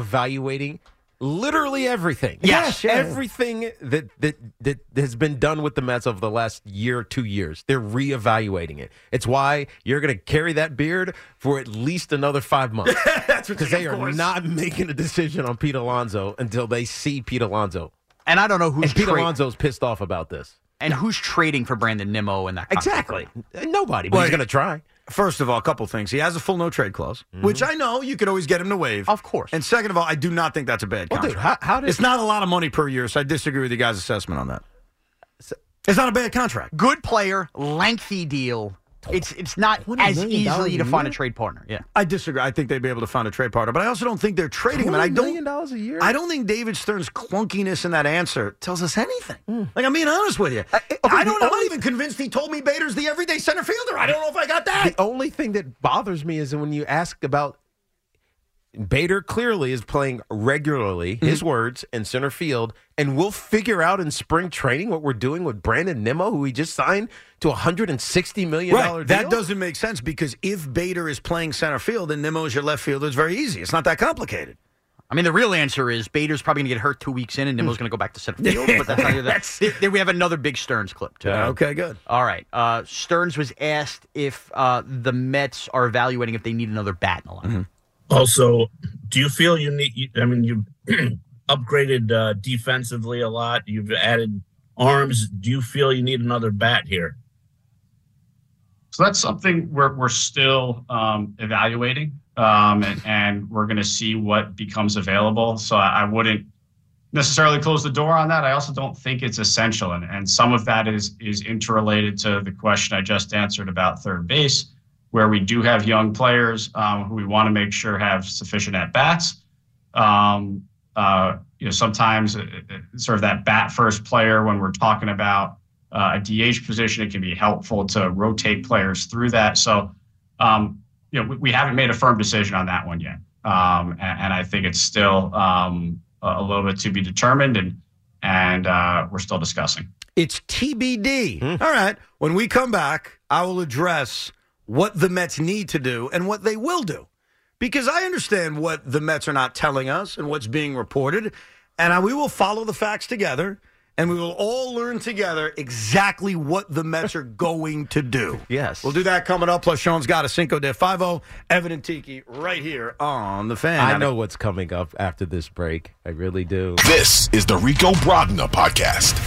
Speaker 3: reevaluating literally everything.
Speaker 2: Yes, yeah.
Speaker 3: everything that, that that has been done with the Mets over the last year, two years, they're reevaluating it. It's why you're going to carry that beard for at least another five months. That's because they are not making a decision on Pete Alonso until they see Pete Alonso.
Speaker 2: And I don't know who's
Speaker 3: and Pete
Speaker 2: tra-
Speaker 3: Alonso's pissed off about this.
Speaker 2: And who's trading for Brandon Nimmo and that?
Speaker 3: Exactly. Nobody,
Speaker 1: but he's going
Speaker 3: to try.
Speaker 1: First of all, a couple things. He has a full no trade clause,
Speaker 2: Mm-hmm.
Speaker 1: which I know you could always get him to waive. Of course. And second of all, I do not think that's a bad
Speaker 3: Well,
Speaker 1: contract.
Speaker 3: dude, how- how did-
Speaker 1: it's not a lot of money per year, so I disagree with you guys' assessment on that. It's not a bad contract.
Speaker 2: Good player, lengthy deal. It's it's not as
Speaker 1: million dollars
Speaker 2: easily
Speaker 1: a
Speaker 2: to find a
Speaker 1: year?
Speaker 2: trade partner. Yeah.
Speaker 1: I disagree. I think they'd be able to find a trade partner, but I also don't think they're trading him. And I don't.
Speaker 3: dollars a year.
Speaker 1: I don't think David Stern's clunkiness in that answer tells us anything.
Speaker 3: Hmm.
Speaker 1: Like I'm being honest with you. I, I don't. I'm not even convinced he told me Bader's the everyday center fielder. I don't know if I got that.
Speaker 3: The only thing that bothers me is when you ask about Bader clearly is playing regularly
Speaker 1: Mm-hmm.
Speaker 3: his words in center field, and we'll figure out in spring training what we're doing with Brandon Nimmo, who we just signed to a hundred and sixty million dollar
Speaker 1: Right.
Speaker 3: deal.
Speaker 1: That doesn't make sense because if Bader is playing center field and Nimmo's your left fielder, it's very easy. It's not that complicated.
Speaker 2: I mean, the real answer is Bader's probably going to get hurt two weeks in, and Nimmo's going to go back to center field. But that's not that's, then we have another big Stearns clip too.
Speaker 1: Okay, good.
Speaker 2: All right. Uh, Stearns was asked if uh, the Mets are evaluating if they need another bat in the lineup.
Speaker 11: Also, do you feel you need? you- I mean, you upgraded uh, defensively a lot. You've added arms. Do you feel you need another bat here?
Speaker 12: So that's something we're, we're still um, evaluating, um, and, and we're going to see what becomes available. So I, I wouldn't necessarily close the door on that. I also don't think it's essential, and, and some of that is is interrelated to the question I just answered about third base, where we do have young players um, who we want to make sure have sufficient at bats. Um, uh, you know, sometimes uh, uh, sort of that bat first player when we're talking about uh, a DH position. It can be helpful to rotate players through that. So, um, you know, we, we haven't made a firm decision on that one yet, um, and, and I think it's still um, a a little bit to be determined, and and uh, we're still discussing.
Speaker 1: It's TBD.
Speaker 3: Hmm.
Speaker 1: All right. When we come back, I will address what the Mets need to do and what they will do. Because I understand what the Mets are not telling us and what's being reported. And I, we will follow the facts together and we will all learn together exactly what the Mets are going to do.
Speaker 2: Yes.
Speaker 1: We'll do that coming up. Plus, Sean's got a Cinco de Five-O, Evan and Tiki right here on The Fan.
Speaker 3: I know what's coming up after this break. I really do.
Speaker 14: This is the Rico Brodna podcast.